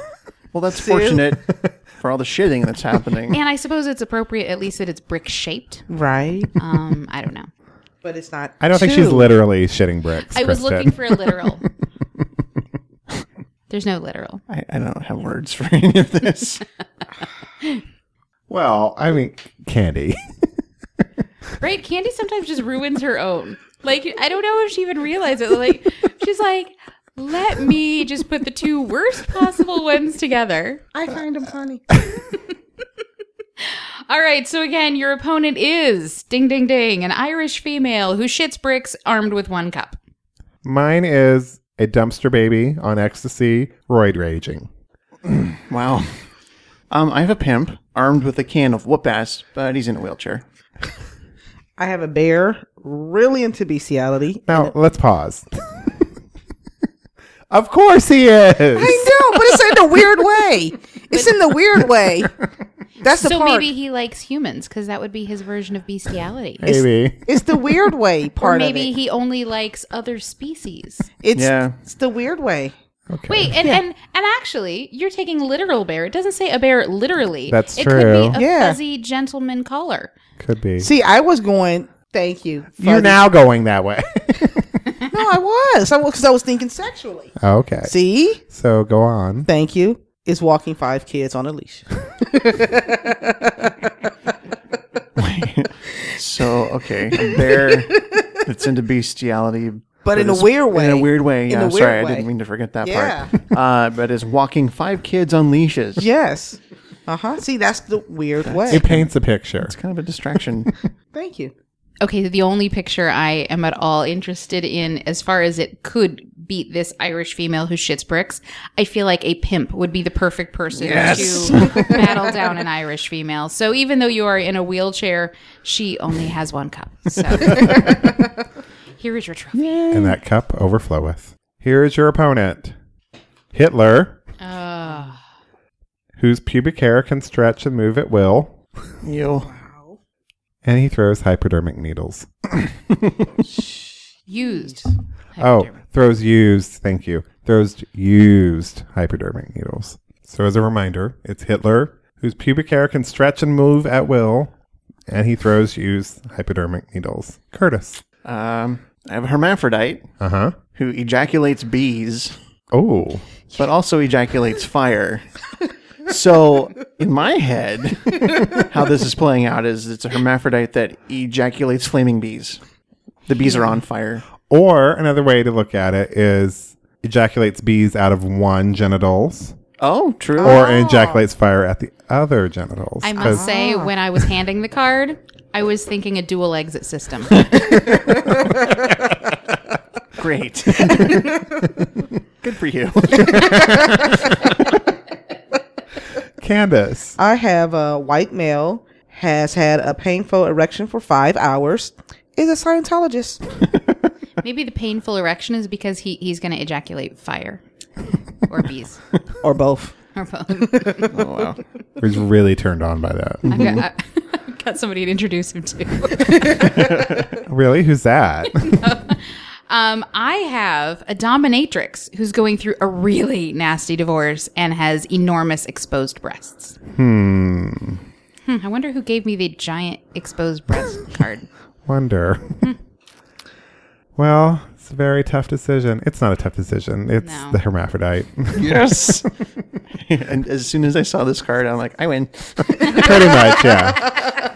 Speaker 2: well, that's fortunate
Speaker 3: (laughs)
Speaker 2: for all the shitting that's happening.
Speaker 4: And I suppose it's appropriate, at least, that it's brick shaped.
Speaker 3: right.
Speaker 4: Um, I don't know.
Speaker 3: But it's not.
Speaker 1: I don't think she's
Speaker 3: two.
Speaker 1: literally shitting bricks.
Speaker 4: I was
Speaker 1: Kristen.
Speaker 4: looking for a literal. There's no literal.
Speaker 2: I, I don't have words for (laughs) any of this.
Speaker 1: Well, I mean, Candy. (laughs)
Speaker 4: Right? Candy sometimes just ruins her own. Like, I don't know if she even realized it. Like, she's like, let me just put the two worst possible ones together.
Speaker 3: I find him funny.
Speaker 4: (laughs) All right, so again, your opponent is ding ding ding, an Irish female who shits bricks armed with one cup.
Speaker 1: Mine is a dumpster baby on ecstasy, roid raging.
Speaker 2: Wow. Um, I have a pimp armed with a can of whoop ass, but he's in a wheelchair. (laughs)
Speaker 3: I have a bear really into bestiality.
Speaker 1: Now, let's pause. (laughs) of course he is.
Speaker 3: know, but it's in the weird way. It's in the weird way. That's the
Speaker 4: so
Speaker 3: part.
Speaker 4: maybe he likes humans because that would be his version of bestiality.
Speaker 1: Maybe.
Speaker 3: it's the weird way
Speaker 4: or
Speaker 3: part
Speaker 4: maybe
Speaker 3: of
Speaker 4: he only likes other species.
Speaker 3: it. It's
Speaker 2: Yeah.
Speaker 3: it's the weird way.
Speaker 1: Okay.
Speaker 4: Wait, and, and and actually, you're taking literal bear. It doesn't say a bear literally.
Speaker 1: That's
Speaker 4: It could
Speaker 1: true.
Speaker 4: be a
Speaker 3: Yeah.
Speaker 4: fuzzy gentleman collar.
Speaker 1: Could be.
Speaker 3: See, I was going. Thank you.
Speaker 1: You're
Speaker 3: fuzzy.
Speaker 1: now going that way. (laughs)
Speaker 3: No, I was. I was because I was thinking sexually.
Speaker 1: okay.
Speaker 3: See,
Speaker 1: So go on.
Speaker 3: thank you. Is walking five kids on a leash.
Speaker 2: So okay, a bear that's into bestiality, but,
Speaker 3: in a
Speaker 2: is-
Speaker 3: weird way.
Speaker 2: In a weird way.
Speaker 3: In
Speaker 2: Yeah,
Speaker 3: a weird
Speaker 2: sorry,
Speaker 3: way.
Speaker 2: I didn't mean to forget that
Speaker 3: Yeah.
Speaker 2: part. (laughs) Uh, but is walking five kids on leashes.
Speaker 3: Yes. Uh huh. See, that's the weird way.
Speaker 1: It paints a picture.
Speaker 2: It's kind of a
Speaker 3: (laughs)
Speaker 2: distraction.
Speaker 3: Thank you.
Speaker 4: Okay, the only picture I am at all interested in, as far as it could beat this Irish female who shits bricks, I feel like a pimp would be the perfect person
Speaker 1: (laughs)
Speaker 4: to battle down an Irish female. So even though you are in a wheelchair, she only has one cup.
Speaker 1: (laughs)
Speaker 4: So here is your trophy.
Speaker 1: And that cup overfloweth. Here is your opponent Hitler,
Speaker 4: Uh,
Speaker 1: whose pubic hair can stretch and move at will,
Speaker 2: you.
Speaker 1: and And he throws hypodermic needles.
Speaker 4: Used.
Speaker 1: Oh, throws used. Thank you. Throws used hypodermic needles. So, as a reminder, it's Hitler, whose pubic hair can stretch and move at will, and he throws used hypodermic needles. Curtis.
Speaker 2: Um, I have a hermaphrodite
Speaker 1: Uh huh.
Speaker 2: who ejaculates bees,
Speaker 1: Oh.
Speaker 2: but also ejaculates fire. So, in my (laughs) head, how this is playing out is it's a hermaphrodite that ejaculates flaming bees. The bees are on fire.
Speaker 1: Or another way to look at it is ejaculates bees out of one genitals,
Speaker 2: Oh, true.
Speaker 1: or ejaculates fire at the other genitals.
Speaker 4: I
Speaker 1: 'Cause-
Speaker 4: must say, when I was handing the card, I was thinking a dual exit system.
Speaker 2: Great. (laughs) Good for you.
Speaker 1: Candace.
Speaker 3: I have a white male has had a painful erection for five hours. Is a Scientologist.
Speaker 4: Maybe the painful erection is because he, he's going to ejaculate fire or bees
Speaker 3: or both.
Speaker 4: or both. I've
Speaker 2: Oh, wow.
Speaker 1: was really turned on by that.
Speaker 4: got, I- (laughs) I've got somebody to introduce him to.
Speaker 1: (laughs) really? Who's that? (laughs)
Speaker 4: Um, I have a dominatrix who's going through a really nasty divorce and has enormous exposed breasts. Hmm. I wonder who gave me the giant exposed breast card.
Speaker 1: Wonder. well, it's a very tough decision. It's not a tough decision. It's
Speaker 4: No.
Speaker 1: the hermaphrodite. (laughs)
Speaker 2: Yes. (laughs) and as soon as I saw this card, I'm like, I win.
Speaker 1: Pretty much, yeah.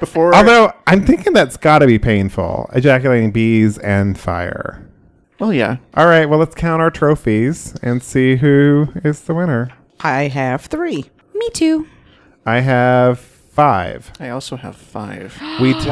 Speaker 2: Before
Speaker 1: Although I'm thinking that's got to be painful. Ejaculating bees and fire.
Speaker 2: Well, oh, yeah.
Speaker 1: All right, well, let's count our trophies and see who is the winner.
Speaker 3: I have three.
Speaker 4: me too.
Speaker 1: I have five.
Speaker 2: I also have (gasps) five.
Speaker 4: (gasps)
Speaker 1: We tied.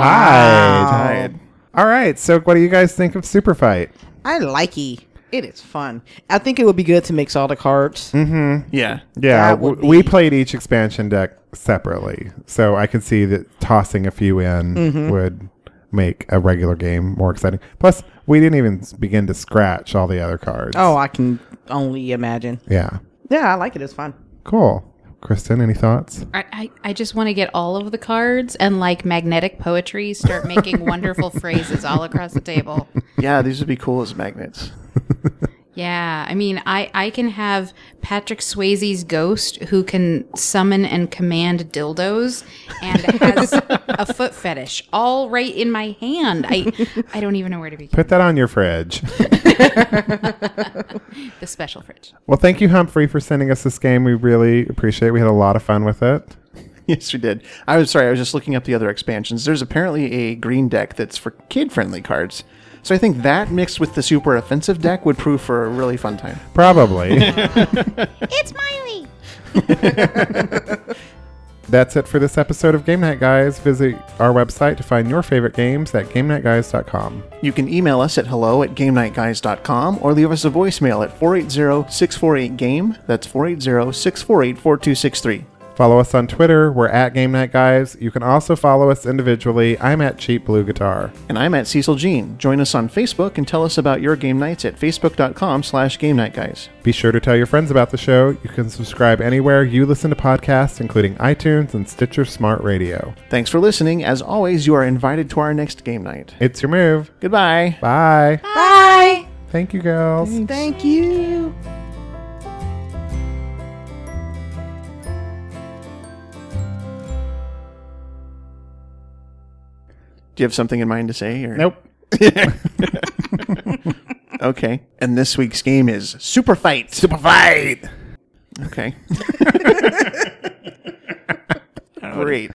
Speaker 2: Tied.
Speaker 1: All right, so what do you guys think of Super Fight?
Speaker 3: I likey. It is fun. I think it would be good to mix all the cards.
Speaker 2: Yeah.
Speaker 1: Yeah,
Speaker 3: That would
Speaker 1: w- we
Speaker 3: be-
Speaker 1: played each expansion deck separately, so I could see that tossing a few in
Speaker 3: Mm-hmm.
Speaker 1: would make a regular game more exciting. Plus, we didn't even s- begin to scratch all the other cards.
Speaker 3: Oh, I can only imagine.
Speaker 1: yeah,
Speaker 3: Yeah, I like it. It's fun.
Speaker 1: cool. Kristen, any thoughts?
Speaker 4: I, I, I just want to get all of the cards and like magnetic poetry start making wonderful phrases all across the table.
Speaker 2: Yeah, these would be cool as magnets.
Speaker 4: Yeah, I mean, I, I can have Patrick Swayze's ghost who can summon and command dildos and has a foot fetish all right in my hand. I I don't even know where to begin.
Speaker 1: Put that on your
Speaker 3: (laughs)
Speaker 1: fridge.
Speaker 4: The special fridge.
Speaker 1: well, thank you, Humphrey, for sending us this game. We really appreciate. it. We had a lot of fun with it.
Speaker 2: (laughs) Yes, we did. I was sorry. I was just looking up the other expansions. There's apparently a green deck that's for kid-friendly cards. So I think that mixed with the super offensive deck would prove for a really fun time.
Speaker 1: Probably.
Speaker 4: It's Miley.
Speaker 1: (laughs) That's it for this episode of Game Night Guys. Visit our website to find your favorite games at GameNightGuys.com.
Speaker 2: You can email us at hello at GameNightGuys.com or leave us a voicemail at 480-648-GAME. That's 480-648-4263.
Speaker 1: Follow us on Twitter. We're at Game Night Guys. You can also follow us individually. I'm at Cheap Blue Guitar.
Speaker 2: And I'm at Cecil Jean. Join us on Facebook and tell us about your game nights at facebook.com slash game night guys.
Speaker 1: Be sure to tell your friends about the show. You can subscribe anywhere you listen to podcasts, including iTunes and Stitcher Smart Radio.
Speaker 2: Thanks for listening. As always, you are invited to our next game night.
Speaker 1: It's your move.
Speaker 2: Goodbye.
Speaker 1: Bye.
Speaker 4: Bye.
Speaker 1: Thank you, girls.
Speaker 3: Thank you.
Speaker 2: Do you have something in mind to say? Or?
Speaker 1: Nope.
Speaker 2: Okay. And this week's game is Super Fight. Super (laughs) Fight. Okay. Great.